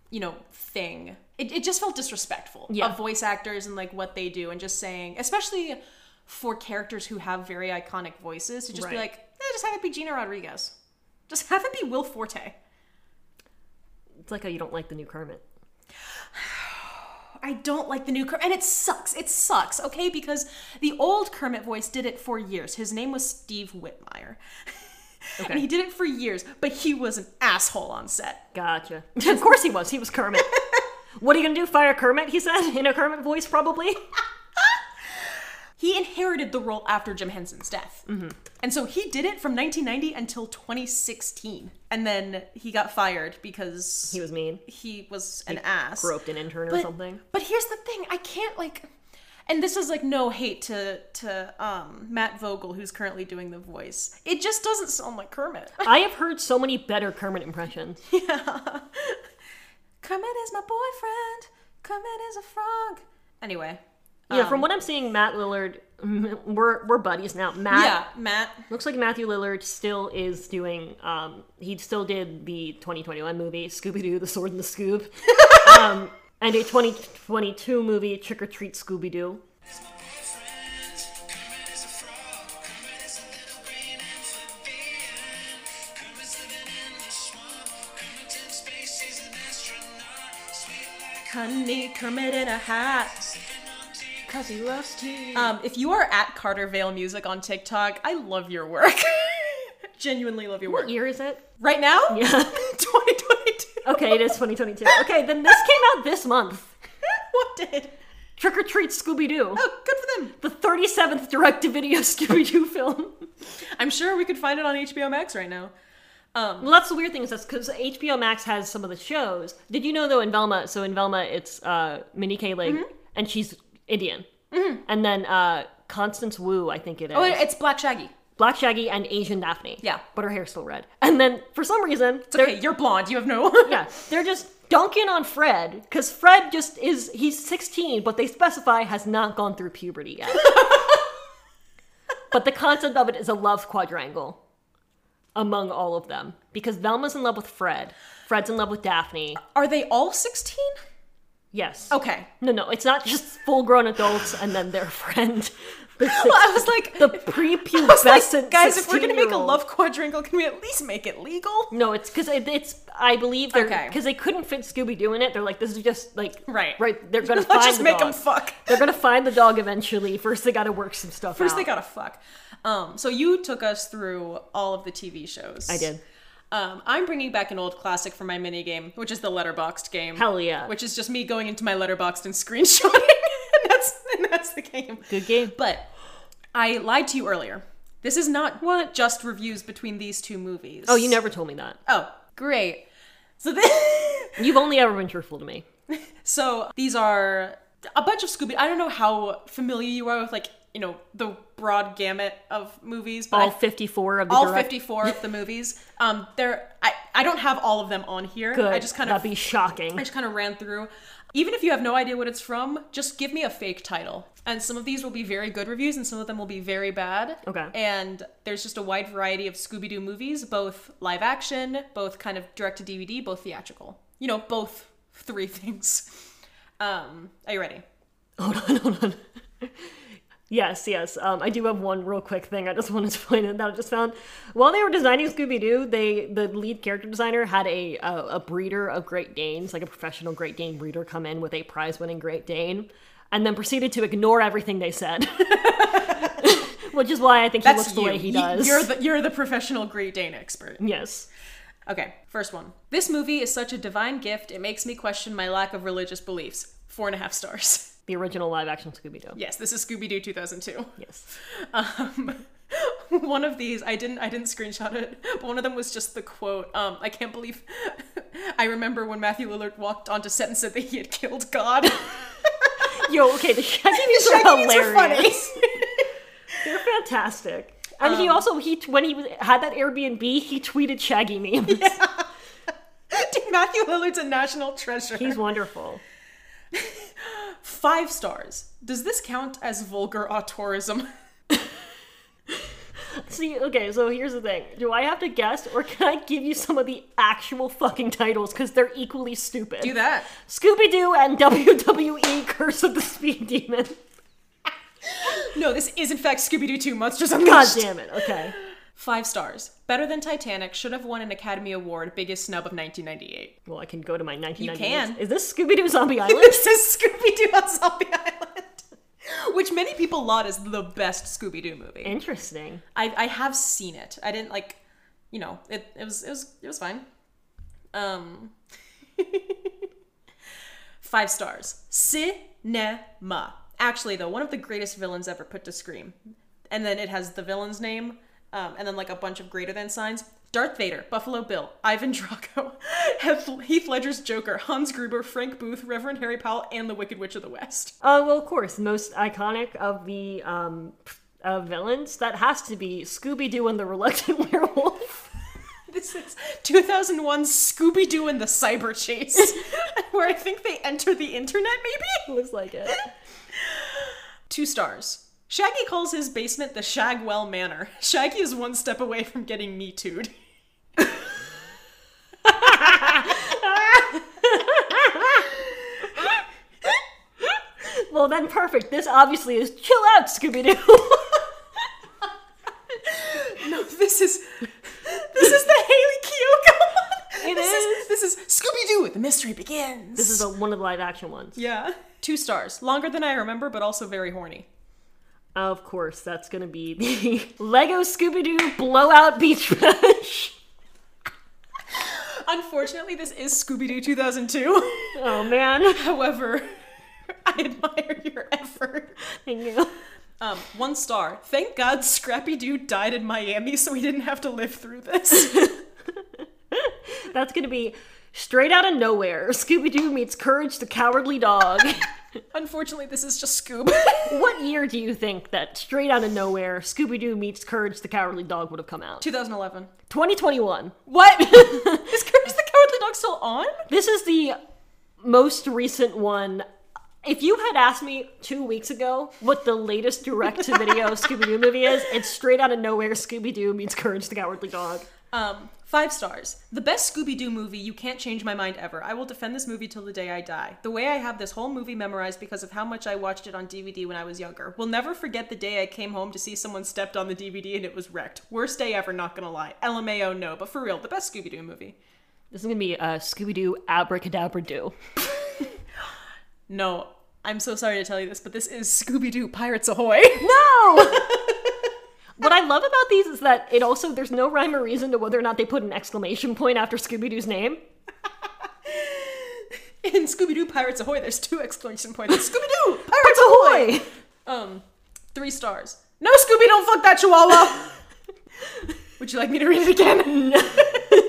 B: you know, thing. It it just felt disrespectful
A: Yeah.
B: of voice actors and like what they do, and just saying, especially for characters who have very iconic voices, to just be
A: Right.
B: like, eh, just have it be Gina Rodriguez, just have it be Will Forte.
A: It's like how you don't like the new Kermit.
B: I don't like the new Kermit, and it sucks. It sucks, okay? Because the old Kermit voice did it for years. His name was Steve Whitmire,
A: Okay.
B: and he did it for years. But he was an asshole on set.
A: Gotcha. of course he was. He was Kermit. what are you gonna do? Fire Kermit? He said in a Kermit voice, probably.
B: He inherited the role after Jim Henson's death,
A: Mm-hmm.
B: and so he did it from 1990 until 2016, and then he got fired because
A: He was mean.
B: he was an ass.
A: Groped an intern or
B: but,
A: something.
B: But here's the thing, I can't like and this is like no hate to to um Matt Vogel who's currently doing the voice. It just doesn't sound like Kermit.
A: I have heard so many better Kermit impressions.
B: Kermit is my boyfriend. Kermit is a frog. Anyway.
A: Yeah,
B: Um,
A: from what I'm seeing, Matt Lillard, mm, we're we're buddies now. Matt
B: Yeah, Matt.
A: looks like Matthew Lillard still is doing. Um, he still did the 2021 movie Scooby Doo: The Sword and the Scoob, um, and a 2022 movie Trick or Treat Scooby Doo.
B: Honey, Kermit in a hat. Cause he loves tea. Um, if you are at Carter Vale Music on TikTok, I love your work. Genuinely love your work.
A: What year is it?
B: Right now?
A: Yeah.
B: 2022.
A: Okay, it is 2022. Okay, then this came out this month.
B: what did?
A: Trick or Treat Scooby Doo,
B: Oh, good for them.
A: the 37th direct-to-video Scooby Doo film.
B: I'm sure we could find it on HBO Max right now.
A: Well, that's the weird thing is that's because HBO Max has some of the shows. Did you know though in Velma? So in Velma, it's uh, Minnie Kaling,
B: Mm-hmm.
A: and she's Indian, and then uh, Constance Wu, I think it is,
B: Oh, it- it's Black Shaggy.
A: Black Shaggy and Asian Daphne.
B: Yeah.
A: but her hair's still red. And then for some reason,
B: It's okay. You're blonde. You have no.
A: yeah, they're just dunking on Fred because Fred just is he's 16, but they specify has not gone through puberty yet. but the concept of it is a love quadrangle among all of them because Velma's in love with Fred, Fred's in love with Daphne.
B: Are they all 16?
A: Yes.
B: Okay.
A: No, no, it's not just full grown adults and then their friend. The, six,
B: Well, I was like,
A: the
B: I was like,
A: prepubescent
B: guys, if we're gonna make a
A: 16-year-old.
B: love quadrangle, can we at least make it legal?
A: No, it's because it, it's. I believe they're
B: Okay.
A: because they couldn't fit Scooby Doo in it. They're like, this is just like
B: Right.
A: right. They're gonna
B: Let's
A: find
B: just
A: the
B: make them
A: dog.
B: fuck.
A: They're gonna find the dog eventually. First, they gotta work some stuff.
B: First, they
A: out.
B: gotta fuck. Um, so you took us through all of the TV shows.
A: I did.
B: Um, I'm bringing back an old classic for my mini game, which is the letterboxed game.
A: Hell yeah.
B: Which is just me going into my letterboxed and screenshotting, and that's and that's the game.
A: Good game.
B: But I lied to you earlier. This is not what just reviews between these two movies.
A: Oh, you never told me that.
B: Oh, great. So this.
A: You've only ever been truthful to me.
B: So these are a bunch of Scooby. I don't know how familiar you are with like you know the broad gamut of movies, but I-
A: All fifty-four of the
B: all
A: direct-
B: 54 of the movies. Um, there I I don't have all of them on here.
A: Good.
B: I just kind
A: that'd
B: of
A: be shocking.
B: I just kind of ran through. Even if you have no idea what it's from, just give me a fake title. And some of these will be very good reviews, and some of them will be very bad.
A: Okay.
B: And there's just a wide variety of Scooby Doo movies, both live action, both kind of direct to DVD, both theatrical. You know, both three things. Um, are you ready?
A: Yes, yes. Um, I do have one real quick thing I just wanted to point out that I just found. While they were designing Scooby Doo, they the lead character designer had a uh, a breeder of Great Danes, like a professional Great Dane breeder, come in with a prize winning Great Dane, and then proceeded to ignore everything they said. Which is why I think he
B: That's
A: looks the
B: you.
A: way he
B: You-
A: does.
B: You're the you're the professional Great Dane expert.
A: yes.
B: Okay, first one. This movie is such a divine gift, it makes me question my lack of religious beliefs. Four and a half stars.
A: The original live action Scooby Doo.
B: Yes, this is Scooby Doo 2002.
A: Yes.
B: Um, one of these, I didn't, I didn't screenshot it, but one of them was just the quote. Um, I can't believe, I remember when Matthew Lillard walked onto set and said that he had killed God.
A: Yo, okay, the Shaggy News are
B: Shaggy News are funny.
A: hilarious. They're fantastic. And
B: Um,
A: he also he t- when he was- had that Airbnb, he tweeted Shaggy memes.
B: Dude, Matthew Lillard's a national treasure.
A: He's wonderful.
B: Five stars. Does this count as vulgar auteurism?
A: See, okay, so here's the thing: do I have to guess, or can I give you some of the actual fucking titles because they're equally stupid?
B: Do that.
A: Scooby Doo and WWE Curse of the Speed Demon.
B: No, this is in fact Scooby Doo 2 Monsters
A: God
B: Unleashed.
A: damn it. Okay.
B: Five stars. Better than Titanic. Should have won an Academy Award. Biggest snub of 1998.
A: Well, I can go to my 1990s.
B: can.
A: Is this Scooby Doo Zombie Island?
B: this is Scooby Doo on Zombie Island, which many people laud as the best Scooby Doo movie.
A: Interesting.
B: I, I have seen it. I didn't like, you know, it, it was it was it was fine. Um, five stars. Cinema. Actually, though, one of the greatest villains ever put to screen. And then it has the villain's name, um, and then like a bunch of greater than signs. Darth Vader, Buffalo Bill, Ivan Draco, Heath Heath Ledger's Joker, Hans Gruber, Frank Booth, Reverend Harry Powell, and the Wicked Witch of the West.
A: Uh, well, of course, most iconic of the um, uh, villains that has to be Scooby Doo and the Reluctant Werewolf.
B: This is 2001 Scooby Doo and the Cyber Chase, where I think they enter the internet, maybe?
A: Looks like it.
B: Two stars. Shaggy calls his basement the Shagwell Manor. Shaggy is one step away from getting Me Too'd.
A: Well, then, perfect. This obviously is chill out, Scooby Doo.
B: No, this is. This is the Haley Kiyoko one!
A: It
B: this
A: is.
B: This is Scooby Doo, the mystery begins!
A: this is a, one of the live action ones.
B: Yeah. Two stars. Longer than I remember, but also very horny.
A: Of course, that's gonna be the Lego Scooby Doo Blowout Beach Bash.
B: Unfortunately, this is Scooby Doo 2002.
A: Oh man,
B: However, I admire your effort.
A: I knew.
B: Um, one star. Thank God Scrappy Doo died in Miami, so we didn't have to live through this.
A: That's gonna be straight out of nowhere. Scooby Doo meets Courage the Cowardly Dog.
B: Unfortunately, this is just Scoob.
A: What year do you think that straight out of nowhere Scooby Doo meets Courage the Cowardly Dog would have come out?
B: 2011.
A: 2021.
B: What? is Courage the Cowardly Dog still on?
A: This is the most recent one. If you had asked me two weeks ago what the latest direct to video Scooby Doo movie is, it's straight out of nowhere Scooby Doo meets Courage the Cowardly Dog.
B: Um, five stars. The best Scooby Doo movie, You Can't Change My Mind Ever. I will defend this movie till the day I die. The way I have this whole movie memorized because of how much I watched it on DVD when I was younger. Will never forget the day I came home to see someone stepped on the DVD and it was wrecked. Worst day ever, not gonna lie. LMAO, no, but for real, the best Scooby Doo movie.
A: This is gonna be uh, Scooby Doo Abracadabra Doo.
B: No, I'm so sorry to tell you this, but this is Scooby Doo Pirates Ahoy.
A: No! what I love about these is that it also, there's no rhyme or reason to whether or not they put an exclamation point after Scooby Doo's name.
B: In Scooby Doo Pirates Ahoy, there's two exclamation points. Scooby Doo!
A: Pirates Ahoy!
B: Um, three stars. No, Scooby, don't fuck that chihuahua! Would you like me to read it again?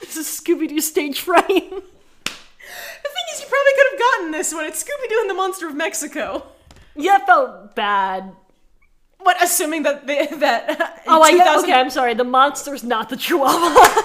A: This is Scooby Doo stage fright.
B: The thing is, you probably could have gotten this one. It's Scooby Doo and the Monster of Mexico.
A: yeah, it felt bad.
B: But assuming that they, that
A: Oh, I guess.
B: 2000
A: Okay, I'm sorry. The monster's not the Chihuahua.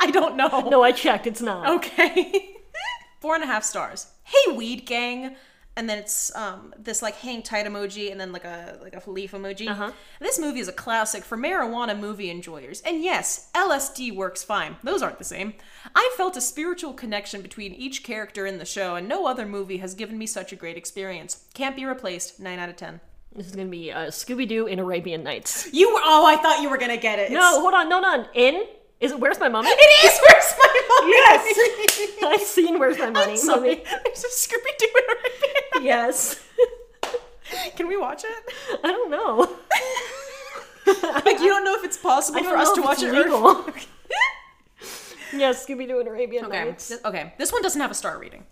B: I don't know.
A: no, I checked. It's not.
B: Okay. Four and a half stars. Hey, weed gang. And then it's um, this like hang tight emoji, and then like a like a leaf emoji.
A: Uh-huh.
B: This movie is a classic for marijuana movie enjoyers, and yes, LSD works fine. Those aren't the same. I felt a spiritual connection between each character in the show, and no other movie has given me such a great experience. Can't be replaced. Nine out of ten.
A: This is gonna be uh, Scooby Doo in Arabian Nights.
B: You were. Oh, I thought you were gonna get it.
A: No, hold on. No, no. In? Is it Where's My Mommy?
B: It is. Where's my money?
A: Yes! I've seen Where's My Money.
B: I'm sorry.
A: movie.
B: There's a Scooby Doo in our
A: Yes.
B: Can we watch it?
A: I don't know.
B: like you don't know if it's possible
A: I don't
B: for us
A: know
B: to
A: if
B: watch
A: it's
B: it. or-
A: legal. Yeah, Scooby Doo and Arabian
B: Okay.
A: Nights.
B: th- okay. This one doesn't have a star rating.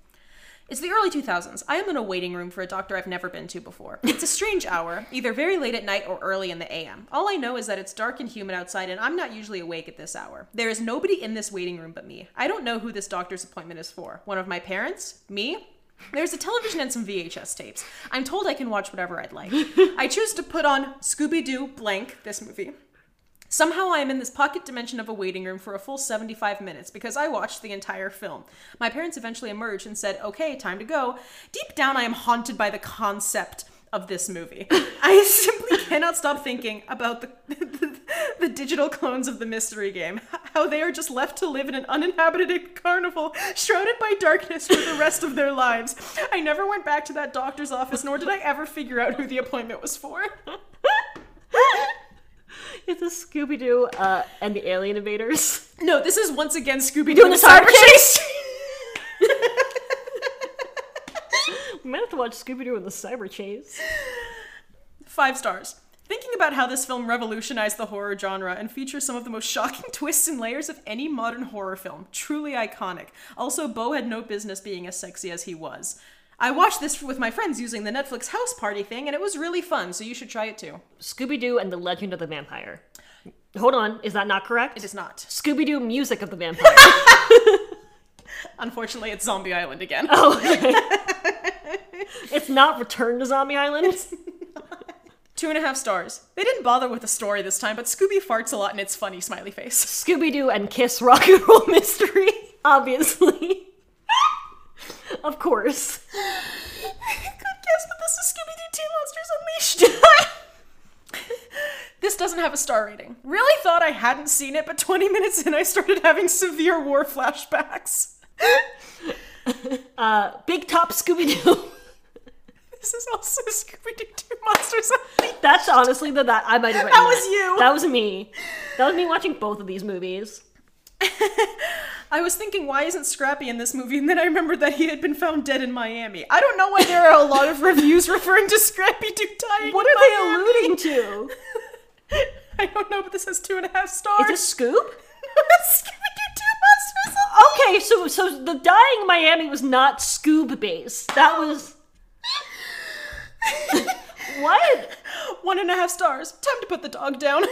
B: It's the early 2000s. I am in a waiting room for a doctor I've never been to before. It's a strange hour, either very late at night or early in the AM. All I know is that it's dark and humid outside, and I'm not usually awake at this hour. There is nobody in this waiting room but me. I don't know who this doctor's appointment is for. One of my parents? Me? There's a television and some VHS tapes. I'm told I can watch whatever I'd like. I choose to put on Scooby Doo blank this movie. Somehow I am in this pocket dimension of a waiting room for a full 75 minutes because I watched the entire film. My parents eventually emerged and said, okay, time to go. Deep down, I am haunted by the concept of this movie. I simply cannot stop thinking about the, the, digital clones of the mystery game, how they are just left to live in an uninhabited carnival shrouded by darkness for the rest of their lives. I never went back to that doctor's office, nor did I ever figure out who the appointment was for.
A: It's a Scooby Doo uh, and the Alien Invaders.
B: No, this is once again Scooby Doo
A: and
B: and
A: the
B: the
A: Cyber
B: Cyber Chase.
A: We might have to watch Scooby Doo and the Cyber Chase.
B: Five stars. Thinking about how this film revolutionized the horror genre and features some of the most shocking twists and layers of any modern horror film, truly iconic. Also, Bo had no business being as sexy as he was. I watched this with my friends using the Netflix house party thing, and it was really fun, so you should try it too.
A: Scooby Doo and the Legend of the Vampire. Hold on, is that not correct?
B: It is not.
A: Scooby Doo Music of the Vampire.
B: Unfortunately, it's Zombie Island again.
A: it's not Return to Zombie Island.
B: Two and a half stars. They didn't bother with the story this time, but Scooby farts a lot and it's funny, smiley face.
A: Scooby Doo and Kiss Rock and Roll Mystery, obviously. of course.
B: Good guess, but this is Scooby Doo Teen Monsters Unleashed. this doesn't have a star rating. Really thought I hadn't seen it, but 20 minutes in, I started having severe war flashbacks.
A: Big Top Scooby Doo.
B: This is also Scooby Doo Two Monsters Unleashed.
A: That's honestly the that I might have written
B: That was
A: it.
B: you.
A: That was me. That was me watching both of these movies.
B: I was thinking, why isn't Scrappy in this movie? And then I remembered that he had been found dead in Miami. I don't know why there are a lot of reviews referring to Scrappy Doo dying.
A: What
B: in
A: are
B: Miami.
A: they alluding to?
B: I don't know, but this has two and a half stars.
A: Is this Scoop?
B: Scooby Doo Two Monsters Unleashed.
A: Okay, so so the dying Miami was not Scoob based. That was what?
B: One and a half stars. Time to put the dog down.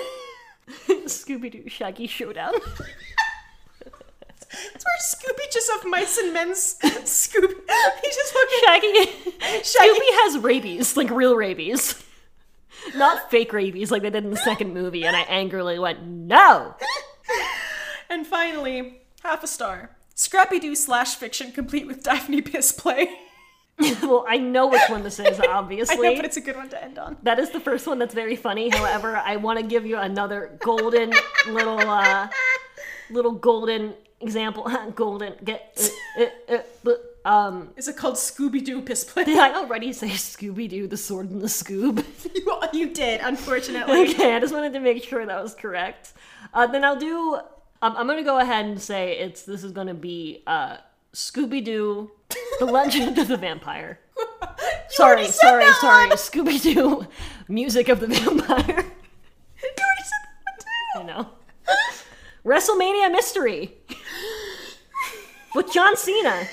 A: Scooby Doo Shaggy Showdown.
B: That's where Scooby just of mice and men's Scooby. He just fucking
A: Shaggy Scooby
B: Shaggy.
A: has rabies, like real rabies. Not fake rabies like they did in the second movie, and I angrily went, No!
B: And finally, half a star. Scrappy Doo slash fiction complete with Daphne piss play.
A: Well, I know which one this is,
B: I
A: obviously.
B: know, but it's a good one to end on.
A: That is the first one that's very funny. However, I want to give you another golden little uh little golden example. golden get uh, uh, uh, but, um
B: Is it called Scooby Doo piss play?
A: did I already say Scooby Doo the sword and the Scoob?
B: you, you did, unfortunately.
A: okay, I just wanted to make sure that was correct. Uh, then I'll do um, I'm going to go ahead and say it's this is going to be uh Scooby Doo the legend of the vampire. sorry,
B: said
A: sorry,
B: that
A: sorry. Scooby Doo music of the vampire.
B: You already said that
A: I
B: one too.
A: know. WrestleMania Mystery with John Cena.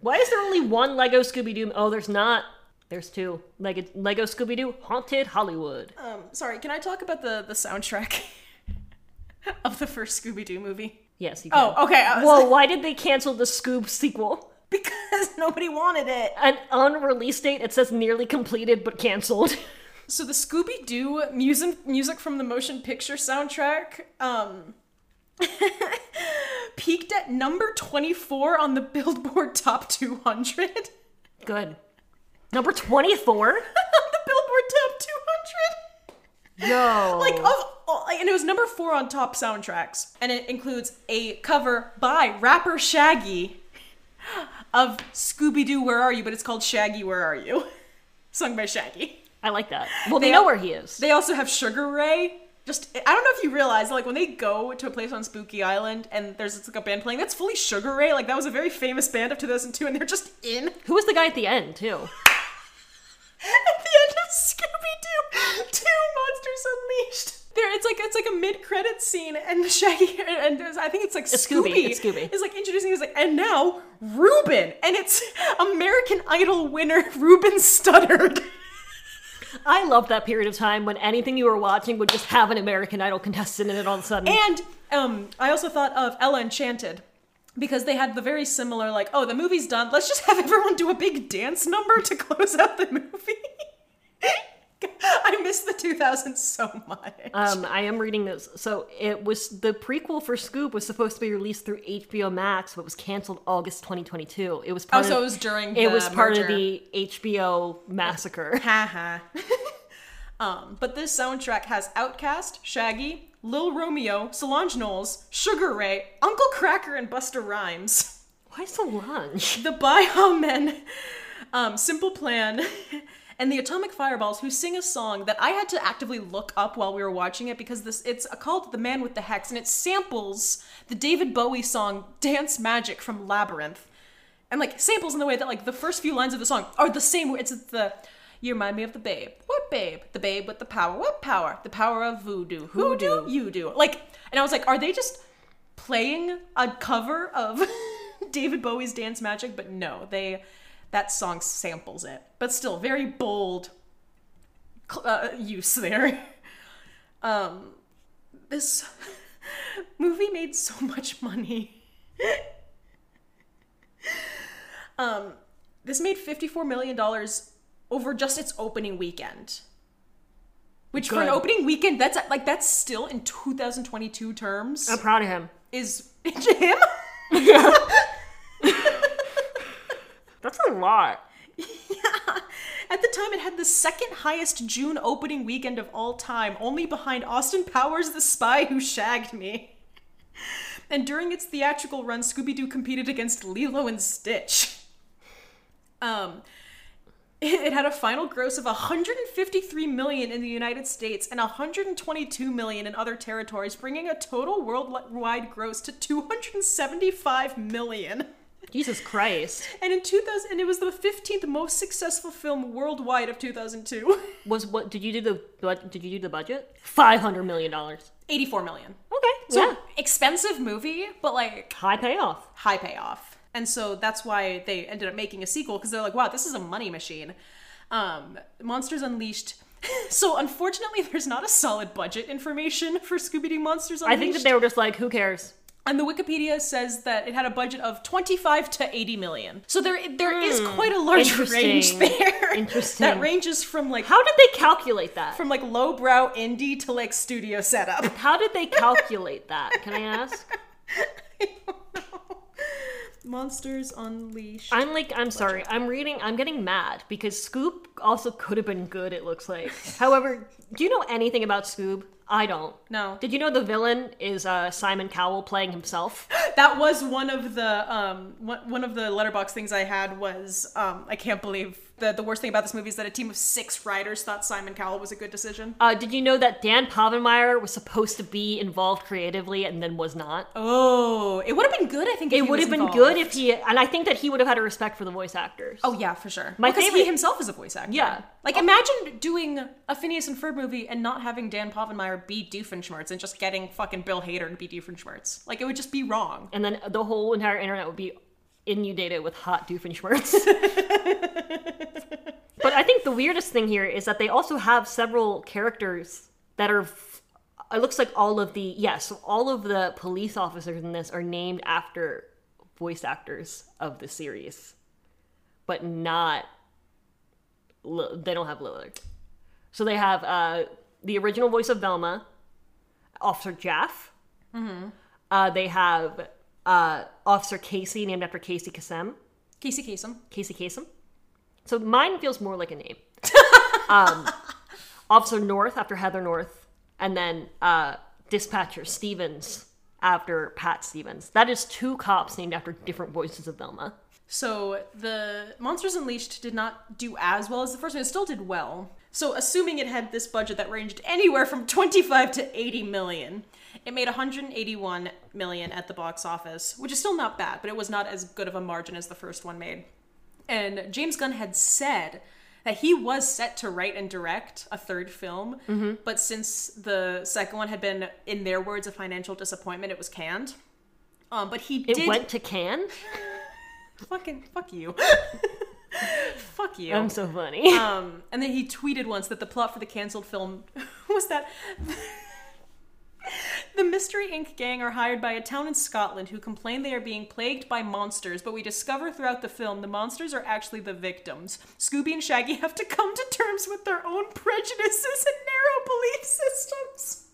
A: Why is there only one Lego Scooby Doo? Oh, there's not. There's two. Lego, Lego Scooby Doo Haunted Hollywood.
B: Um, sorry, can I talk about the, the soundtrack of the first Scooby Doo movie?
A: Yes, you can.
B: Oh, okay. I was
A: Whoa,
B: like-
A: why did they cancel the Scoob sequel?
B: because nobody wanted it.
A: An unreleased date, it says nearly completed but canceled.
B: So the Scooby Doo music music from the motion picture soundtrack um, peaked at number 24 on the Billboard Top 200. the
A: Good. Number 24?
B: Billboard Top 200.
A: Yo.
B: Like of all- like, and it was number 4 on top soundtracks and it includes a cover by rapper Shaggy of Scooby Doo Where Are You, but it's called Shaggy Where Are You, sung by Shaggy.
A: I like that. Well, they,
B: They
A: know
B: are-
A: where he is.
B: They also have Sugar Ray. Just I don't know if you realize, like when they go to a place on Spooky Island and there's like a band playing, that's fully Sugar Ray. Like that was a very famous band of 2002, and they're just in at
A: Who was the guy at the end, too?
B: the end of Scooby Doo Two Monsters Unleashed. There, it's like it's like a mid-credit scene, and the Shaggy and there's- I think it's like
A: It's Scooby,
B: Scooby.
A: it's Scooby.
B: is like introducing. He's like, and now Ruben, and it's American Idol winner Ruben Studdard.
A: I loved that period of time when anything you were watching would just have an American Idol contestant in it all of a sudden.
B: And um, I also thought of Ella Enchanted because they had the very similar, like, oh, the movie's done. Let's just have everyone do a big dance number to close out the movie. I miss the 2000s so much.
A: um, I am reading this. So it was the prequel for Scoop was supposed to be released through HBO Max, but was canceled August 2022. It was part of,
B: Oh, so it was during
A: it
B: the
A: was part of
B: merger.
A: the HBO massacre.
B: Haha. um, but this soundtrack has Outkast, Shaggy, Lil Romeo, Solange Knowles, Sugar Ray, Uncle Cracker, and Buster Rhymes.
A: Why Solange?
B: the Bio Men, um, Simple Plan, and the Atomic Fireballs, who sing a song that I had to actively look up while we were watching it because this it's called "The Man with the Hex" and it samples the David Bowie song "Dance Magic" from Labyrinth, and like samples in the way that like the first few lines of the song are the same. It's the you remind me of the babe. What babe? The babe with the power. What power? The power of voodoo. Who do you do? Like, and I was like, are they just playing a cover of David Bowie's Dance Magic, but no, they that song samples it, but still very bold cl- uh, use there. Um, this movie made so much money. um, this made fifty-four million dollars over just its opening weekend. Which for an
A: Good.
B: opening weekend, that's like that's still in 2022 terms
A: I'm proud of him.
B: is him.
A: That's a lot.
B: At the time, it had the second highest June opening weekend of all time, only behind Austin Powers' The Spy Who Shagged Me. And during its theatrical run, Scooby Doo competed against Lilo and Stitch. Um, it it had a final gross of 153 million in the United States and 122 million in other territories, bringing a total worldwide gross to 275 million.
A: Jesus Christ.
B: And in 2000, and it was the 15th most successful film worldwide of 2002.
A: Was what did you do the what did you do the budget? Five hundred million dollars.
B: 84 million.
A: Okay.
B: So
A: yeah.
B: expensive movie, but like
A: High payoff.
B: high payoff. And so that's why they ended up making a sequel because they're like, wow, this is a money machine. Um, Monsters Unleashed. so unfortunately, there's not a solid budget information for Scooby Doo Monsters
A: I
B: Unleashed.
A: think that they were just like, who cares?
B: And the Wikipedia says that it had a budget of 25 to 80 million. So there there is quite a large range
A: Hmm. Interesting.
B: there.
A: Interesting.
B: That ranges from like
A: How did they calculate that?
B: from like lowbrow indie to like studio setup.
A: How did they calculate that? Can I ask?
B: Monsters Unleashed.
A: I'm like, I'm sorry. I'm reading. I'm getting mad because Scoop also could have been good. It looks like. However, do you know anything about Scoob? I don't.
B: No.
A: Did you know the villain is uh, Simon Cowell playing himself?
B: That was one of the um one one of the letterbox things I had was um I can't believe the the worst thing about this movie is that a team of six writers thought Simon Cowell was a good decision.
A: Uh, did you know that Dan Povenmire was supposed to be involved creatively and then was not?
B: Oh, it would have been good I think. if
A: it
B: he
A: would
B: was
A: have been
B: involved.
A: good if he, and I think that he would have had a respect for the voice actors.
B: Oh yeah, for sure.
A: My
B: because
A: favorite-
B: he himself is a voice actor.
A: Yeah.
B: Like imagine doing a Phineas and Ferb movie and not having Dan Povenmire be Doofenshmirtz and just getting fucking Bill Hader to be Doofenshmirtz. Like it would just be wrong.
A: And then the whole entire internet would be inundated with hot Doofenshmirtz. but I think the weirdest thing here is that they also have several characters that are. f- It looks like all of the yes, so all of the police officers in this are named after voice actors of the series, but not. Li- They don't have Lillard, so they have uh, the original voice of Velma, Officer Jaff. Uh, they have uh, Officer Casey, named after Casey Kasem.
B: Casey Kasem.
A: Casey Kasem. So mine feels more like a name. um, Officer North after Heather North, and then uh, Dispatcher Stevens after Pat Stevens. That is two cops named after different voices of Velma.
B: So the Monsters Unleashed did not do as well as the first one. It still did well. So assuming it had this budget that ranged anywhere from 25 to 80 million, it made 181 million at the box office, which is still not bad, but it was not as good of a margin as the first one made. And James Gunn had said that he was set to write and direct a third film,
A: Mm-hmm.
B: but since the second one had been, in their words, a financial disappointment, it was canned. Um, but he
A: It
B: did
A: went to Cannes?
B: fucking fuck you, fuck you.
A: I'm so funny.
B: Oh. Um, and then he tweeted once that the plot for the canceled film was that the Mystery Inc. gang are hired by a town in Scotland who complain they are being plagued by monsters, but we discover throughout the film the monsters are actually the victims. Scooby and Shaggy have to come to terms with their own prejudices and narrow belief systems.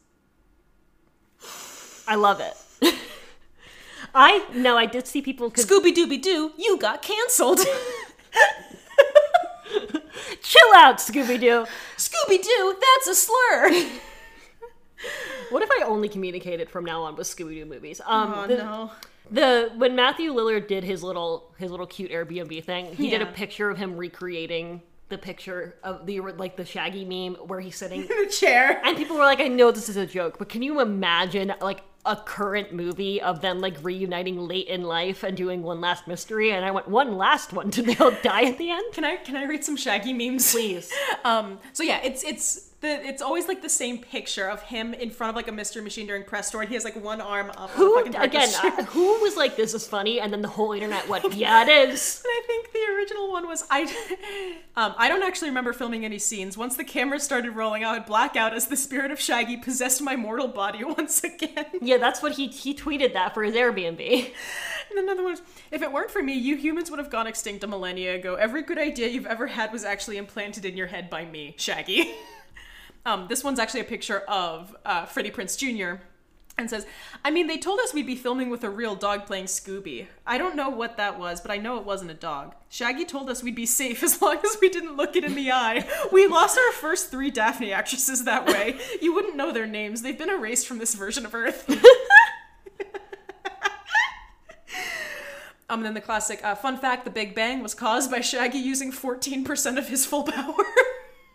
A: I love it. I no, I did see people cause
B: Scooby Dooby Doo, you got canceled.
A: chill out, Scooby Doo.
B: Scooby Doo, that's a slur.
A: What if I only communicated from now on with Scooby Doo movies? Um,
B: Oh
A: the,
B: no.
A: the when Matthew Lillard did his little his little cute Airbnb thing, he did
B: Yeah.
A: a picture of him recreating the picture of the like the Shaggy meme where he's sitting,
B: The chair.
A: and people were like, "I know this is a joke, but can you imagine like a current movie of them like reuniting late in life and doing one last mystery?" And I went, "One last one? Did they all die at the end?"
B: Can I can I read some Shaggy memes?
A: Please.
B: Um, so yeah, it's it's the it's always like the same picture of him in front of like a mystery machine during press store, and he has like one arm up.
A: Who
B: on the fucking press
A: again?
B: store.
A: uh, who was like, "This is funny," and then the whole internet went, "Yeah, it is."
B: And I think the original one was I. Um, I don't actually remember filming any scenes. Once the camera started rolling, I would black out as the spirit of Shaggy possessed my mortal body once again.
A: Yeah, that's what he he tweeted that for his Airbnb.
B: And another one was, if it weren't for me, you humans would have gone extinct a millennia ago. Every good idea you've ever had was actually implanted in your head by me, Shaggy. um, this one's actually a picture of uh, Freddie Prince Jr. and says, I mean, they told us we'd be filming with a real dog playing Scooby. I don't know what that was, but I know it wasn't a dog. Shaggy told us we'd be safe as long as we didn't look it in the eye. We lost our first three Daphne actresses that way. You wouldn't know their names, they've been erased from this version of Earth. Um, and then the classic uh, fun fact: the Big Bang was caused by Shaggy using 14% of his full power.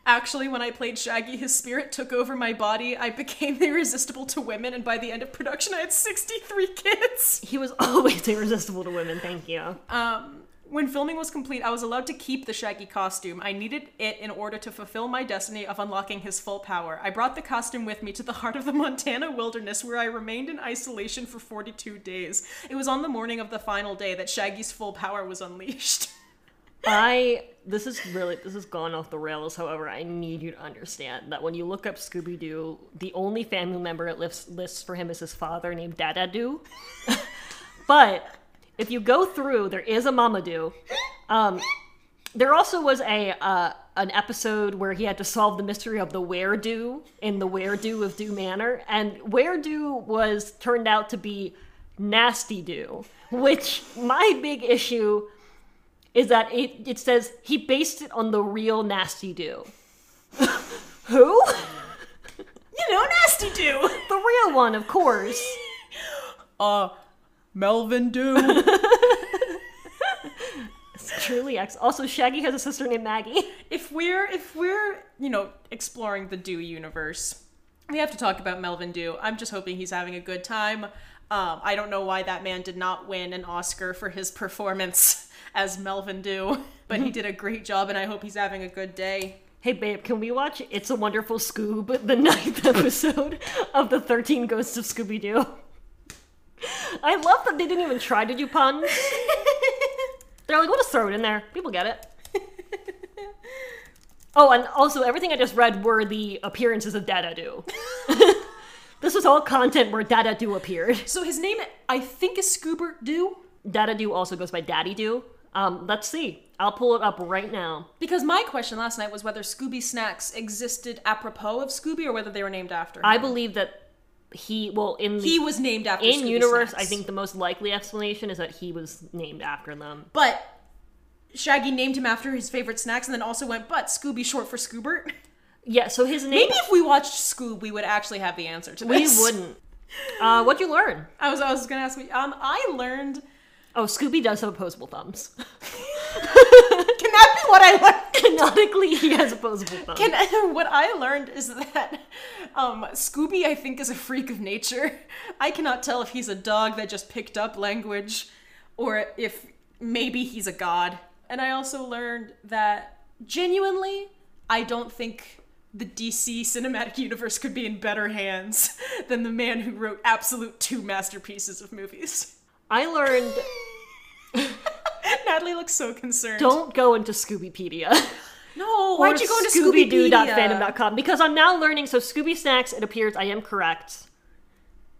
B: Actually, when I played Shaggy, his spirit took over my body. I became irresistible to women, and by the end of production, I had 63 kids.
A: He was always irresistible to women. Thank you.
B: Um, when filming was complete, I was allowed to keep the Shaggy costume. I needed it in order to fulfill my destiny of unlocking his full power. I brought the costume with me to the heart of the Montana wilderness where I remained in isolation for 42 days. It was on the morning of the final day that Shaggy's full power was unleashed.
A: I this is really this has gone off the rails. However, I need you to understand that when you look up Scooby Doo, the only family member it lists, lists for him is his father named Dada Doo. but if you go through, there is a Mama Doo. Um, there also was a uh, an episode where he had to solve the mystery of the Where Do in the Where Do of Do Manor, and Where Do was turned out to be Nasty Do, which my big issue is that it, it says he based it on the real Nasty Do. Who?
B: You know, nasty do.
A: The real one, of course.
B: Uh, Melvin do.
A: Truly X. Also, Shaggy has a sister named Maggie.
B: if we're if we're you know exploring the do universe, we have to talk about Melvin do. I'm just hoping he's having a good time. Um, I don't know why that man did not win an Oscar for his performance as Melvin do, but
A: Mm-hmm.
B: he did a great job, and I hope he's having a good day.
A: Hey, babe, can we watch It's a Wonderful Scoob, the ninth episode of the 13 Ghosts of Scooby Doo? I love that they didn't even try to do puns. They're like, we'll just throw it in there. People get it. Oh, and also, everything I just read were the appearances of Dada Doo. this was all content where Dada Doo appeared.
B: So his name, I think, is Scoober Do.
A: Dada Doo also goes by Daddy Doo. Um, let's see. I'll pull it up right now.
B: Because my question last night was whether Scooby Snacks existed apropos of Scooby or whether they were named after. Him.
A: I believe that he, well, in the
B: he was named after
A: in
B: Scooby
A: universe,
B: Snacks.
A: I think the most likely explanation is that he was named after them.
B: But Shaggy named him after his favorite snacks and then also went, but Scooby short for Scoobert.
A: Yeah, so his name
B: Maybe if we watched Scoob, we would actually have the answer to
A: we
B: this.
A: wouldn't. Uh, what'd you learn?
B: I was I was gonna ask me, um, I learned
A: Oh, Scooby does have opposable thumbs.
B: Can that be what I learned?
A: Canonically, he has opposable thumbs.
B: Can, what I learned is that um, Scooby, I think, is a freak of nature. I cannot tell if he's a dog that just picked up language or if maybe he's a god. And I also learned that genuinely, I don't think the DC cinematic universe could be in better hands than the man who wrote absolute two masterpieces of movies.
A: I learned
B: Natalie looks so concerned.
A: don't go into Scoobypedia.
B: no.
A: Or
B: Why'd you go into Scooby-Doo?
A: ScoobyDoo.fandom.com because I'm now learning. So Scooby Snacks, it appears I am correct,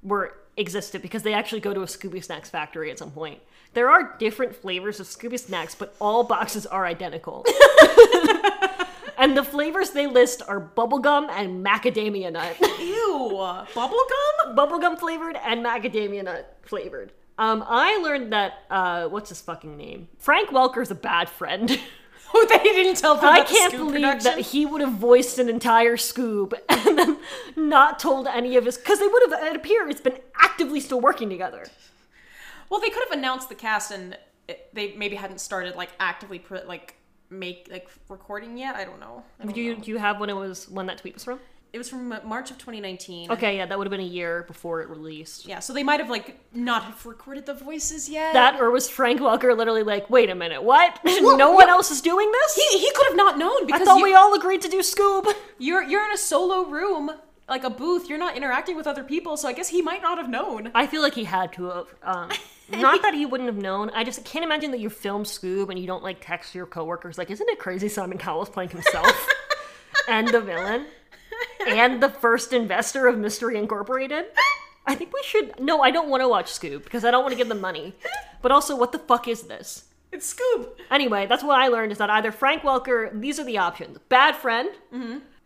A: were existed because they actually go to a Scooby Snacks factory at some point. There are different flavors of Scooby Snacks, but all boxes are identical. and the flavors they list are bubblegum and macadamia nut.
B: Ew, bubblegum?
A: bubblegum flavored and macadamia nut flavored. Um, I learned that uh, what's his fucking name? Frank Welker's a bad friend.
B: Oh, they didn't tell them
A: I
B: about the
A: can't
B: Scoob
A: believe that
B: production?
A: he would have voiced an entire Scoob and then not told any of his because they would have. It appears it's been actively still working together.
B: Well, they could have announced the cast and it, they maybe hadn't started like actively pr- like make like recording yet. I don't know. I don't
A: Do you
B: know.
A: do you have when it was when that tweet was from?
B: It was from uh, March of 2019.
A: Okay, yeah, that would have been a year before it released.
B: Yeah, so they might have like not have recorded the voices yet.
A: That or was Frank Welker literally like, wait a minute, what? no one else is doing this?
B: he, he could have not known
A: I
B: because
A: thought
B: you,
A: we all agreed to do Scoob.
B: you're you're in a solo room like a booth. You're not interacting with other people, so I guess he might not have known.
A: I feel like he had to have. Um, not that he wouldn't have known. I just can't imagine that you film Scoob and you don't like text your coworkers like, "Isn't it crazy Simon Cowell's playing himself and the villain and the first investor of Mystery Incorporated?" I think we should. No, I don't want to watch Scoob because I don't want to give them money. But also, what the fuck is this?
B: It's Scoob.
A: Anyway, that's what I learned is that either Frank Welker, these are the options bad friend,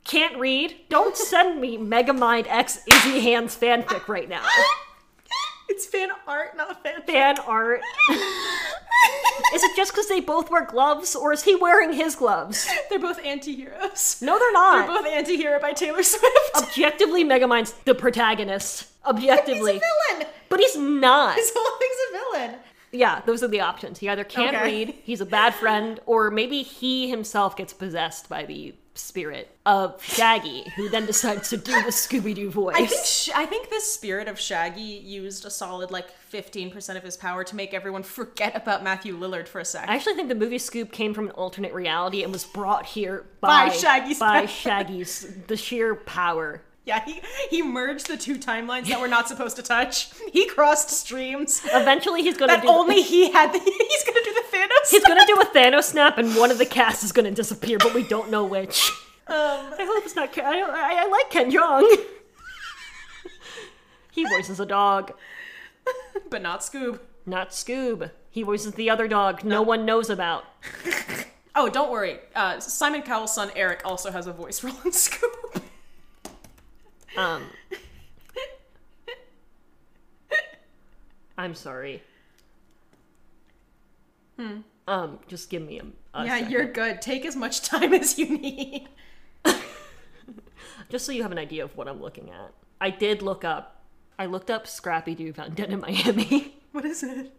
A: can't read, don't send me Megamind X Izzy Hands fanfic right now.
B: It's fan art, not fan.
A: fan art. is it just because they both wear gloves, or is he wearing his gloves?
B: They're both anti-heroes.
A: No, they're
B: They're
A: not.
B: both anti-hero by Taylor Swift.
A: Objectively, Megamind's the protagonist. Objectively.
B: He's a villain.
A: but he's not.
B: This whole thing's a villain.
A: Yeah, those are the options. He either can't
B: Okay.
A: read, he's a bad friend, or maybe he himself gets possessed by the spirit of Shaggy, who then decides to do the Scooby Doo voice.
B: I think Sh- I think this spirit of Shaggy used a solid like 15% of his power to make everyone forget about Matthew Lillard for a sec.
A: I actually think the movie Scoop came from an alternate reality and was brought here
B: By
A: by,
B: Shaggy's
A: by
B: power.
A: Shaggy's the sheer power.
B: yeah, he he merged the two timelines that we're not supposed to touch. He crossed streams.
A: Oh, Eventually, he's gonna
B: That
A: do
B: only he had. The- he's gonna do the Thanos.
A: He's gonna do a Thanos snap, and one of the cast is gonna disappear, but we don't know which.
B: Um,
A: I hope it's not. Ken. I, don't- I, I like Ken Young. he voices a dog,
B: but not Scoob.
A: not Scoob. He voices the other dog no one knows about.
B: Oh, don't worry. Uh, Simon Cowell's son Eric also has a voice role in Scoob.
A: Um, I'm sorry. Hmm. Um, just give me a. a
B: yeah,
A: second.
B: you're good. Take as much time as you need.
A: Just so you have an idea of what I'm looking at, I did look up. I looked up Scrappy Doo Found Dead in Miami.
B: What is it?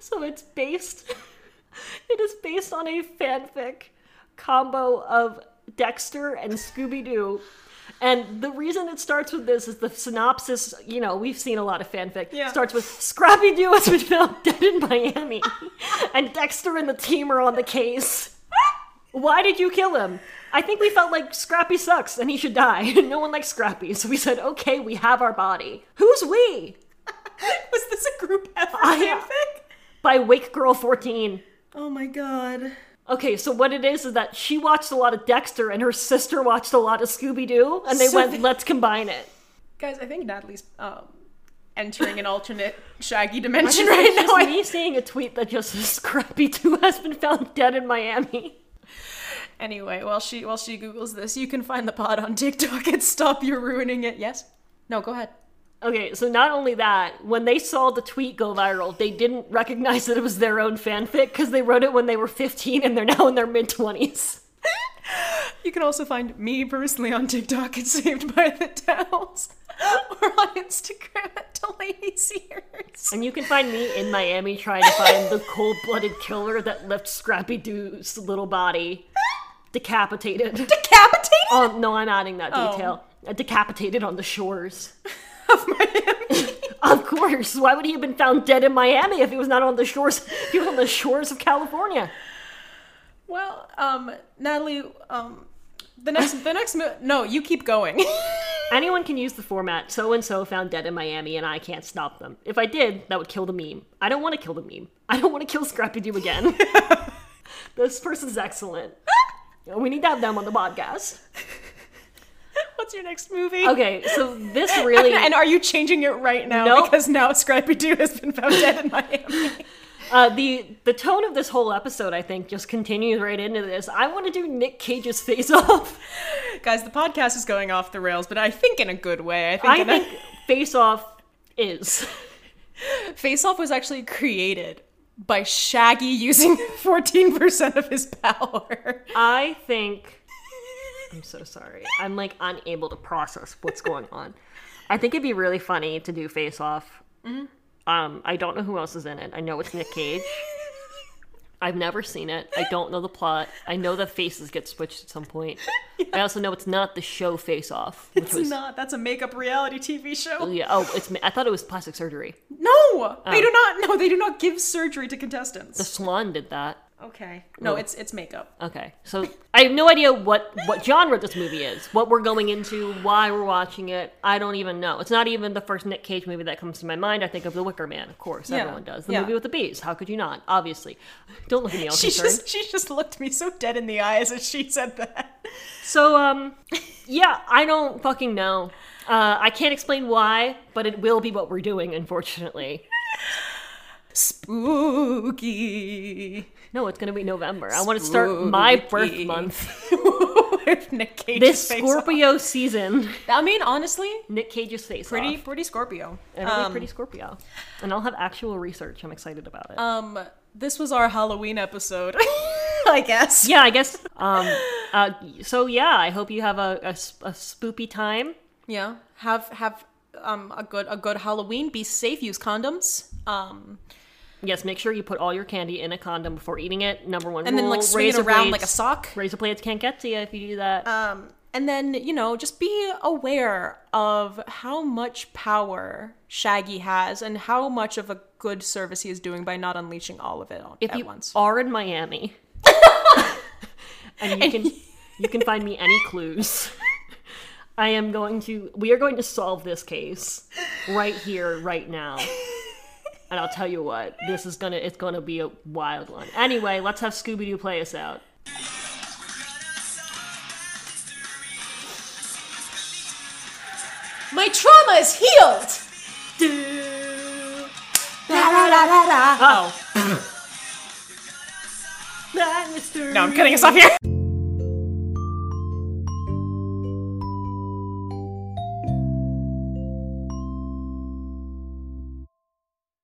A: So it's based. It is based on a fanfic combo of Dexter and Scooby Doo. And the reason it starts with this is the synopsis, you know, we've seen a lot of fanfic,
B: Yeah.
A: starts with Scrappy Doo has been found dead in Miami, and Dexter and the team are on the case. Why did you kill him? I think we felt like Scrappy sucks and he should die. No one likes Scrappy, so we said, okay, we have our body. Who's we?
B: Was this a group effort
A: I-
B: fanfic?
A: By Wake Girl 14.
B: Oh my god.
A: Okay, so what it is is that she watched a lot of Dexter and her sister watched a lot of Scooby Doo, and they
B: So
A: went,
B: they-
A: let's combine it.
B: Guys, I think Natalie's um, entering an alternate Shaggy dimension
A: It's
B: right now.
A: just
B: I-
A: me seeing a tweet that just says Scrappy Doo has been found dead in Miami.
B: Anyway, while she while she googles this, you can find the pod on TikTok and stop. You're ruining it. Yes. No. Go ahead.
A: Okay, so not only that, when they saw the tweet go viral, they didn't recognize that it was their own fanfic because they wrote it when they were 15 and they're now in their mid 20s.
B: You can also find me personally on TikTok at Saved by the Towels, or on Instagram at Delaney Sears.
A: And you can find me in Miami trying to find the cold blooded killer that left Scrappy Doo's little body decapitated.
B: Decapitated
A: Oh no, I'm adding that
B: Oh.
A: detail. Uh, Decapitated on the shores.
B: of Miami.
A: Of course. Why would he have been found dead in Miami if he was not on the shores? He was on the shores of California.
B: Well, um, Natalie, um, the next, the next, mo- no, you keep going.
A: Anyone can use the format so and so found dead in Miami and I can't stop them. If I did, that would kill the meme. I don't want to kill the meme. I don't want to kill Scrappy Doo again. this person's excellent. We need to have them on the podcast.
B: What's your next movie?
A: Okay, so this really.
B: And are you changing it right now?
A: Nope.
B: Because now Scrappy Doo has been found dead in Miami.
A: Uh, the the tone of this whole episode, I think, just continues right into this. I want to do Nick Cage's face off.
B: Guys, the podcast is going off the rails, but I think in a good way. I think,
A: I
B: in a-
A: think face off is.
B: Face Off was actually created by Shaggy using 14% of his power.
A: I think. I'm so sorry. I'm like unable to process what's going on. I think it'd be really funny to do face off. Um, I don't know who else is in it. I know it's Nick Cage. I've never seen it. I don't know the plot. I know that faces get switched at some point. I also know it's not the show Face Off, which
B: It's
A: was
B: not. That's a makeup reality TV show.
A: yeah. Oh, it's ma- I thought it was plastic surgery.
B: No,
A: Oh.
B: they do not. No, they do not give surgery to contestants.
A: Swan did that.
B: okay. No, it's it's makeup.
A: Okay, so I have no idea what what genre this movie is, what we're going into, why we're watching it. I don't even know. It's not even the first Nick Cage movie that comes to my mind. I think of The Wicker Man, of course,
B: Yeah,
A: everyone does. The
B: yeah.
A: movie with the bees. How could you not? Obviously, don't look at me all
B: She
A: concerned.
B: just she just looked me so dead in the eyes as she said that.
A: So um, yeah, I don't fucking know. Uh, I can't explain why, but it will be what we're doing, unfortunately.
B: Spooky.
A: No, it's gonna be November. I want to start my birth
B: Spooky.
A: month.
B: With Nick Cage's
A: This
B: face
A: Scorpio season,
B: off. I mean, honestly,
A: Nick Cage's face
B: pretty
A: off.
B: pretty Scorpio.
A: It'll
B: Um,
A: be pretty Scorpio. And I'll have actual research. I'm excited about it.
B: Um, this was our Halloween episode, I guess.
A: yeah, I guess. Um, uh, so yeah, I hope you have a, a s- a spoopy time.
B: Yeah. Have have um a good a good Halloween. Be safe. Use condoms. Um,
A: Yes, make sure you put all your candy in a condom before eating it. Number one,
B: and then like
A: rule,
B: swing it
A: razor
B: around
A: blades-
B: like a sock.
A: Razor blades can't get to you if you do that.
B: And then you know just be aware of how much power Shaggy has and how much of a good service he is doing by not unleashing all of it on,
A: if
B: at
A: you
B: once.
A: are in Miami, and you can you can find me any clues. I am going to. We are going to solve this case right here, right now. And I'll tell you what, this is gonna. It's gonna be a wild one. Anyway, let's have Scooby Doo play us out.
H: My trauma is healed!
A: That Mr.
B: No, I'm cutting us off here.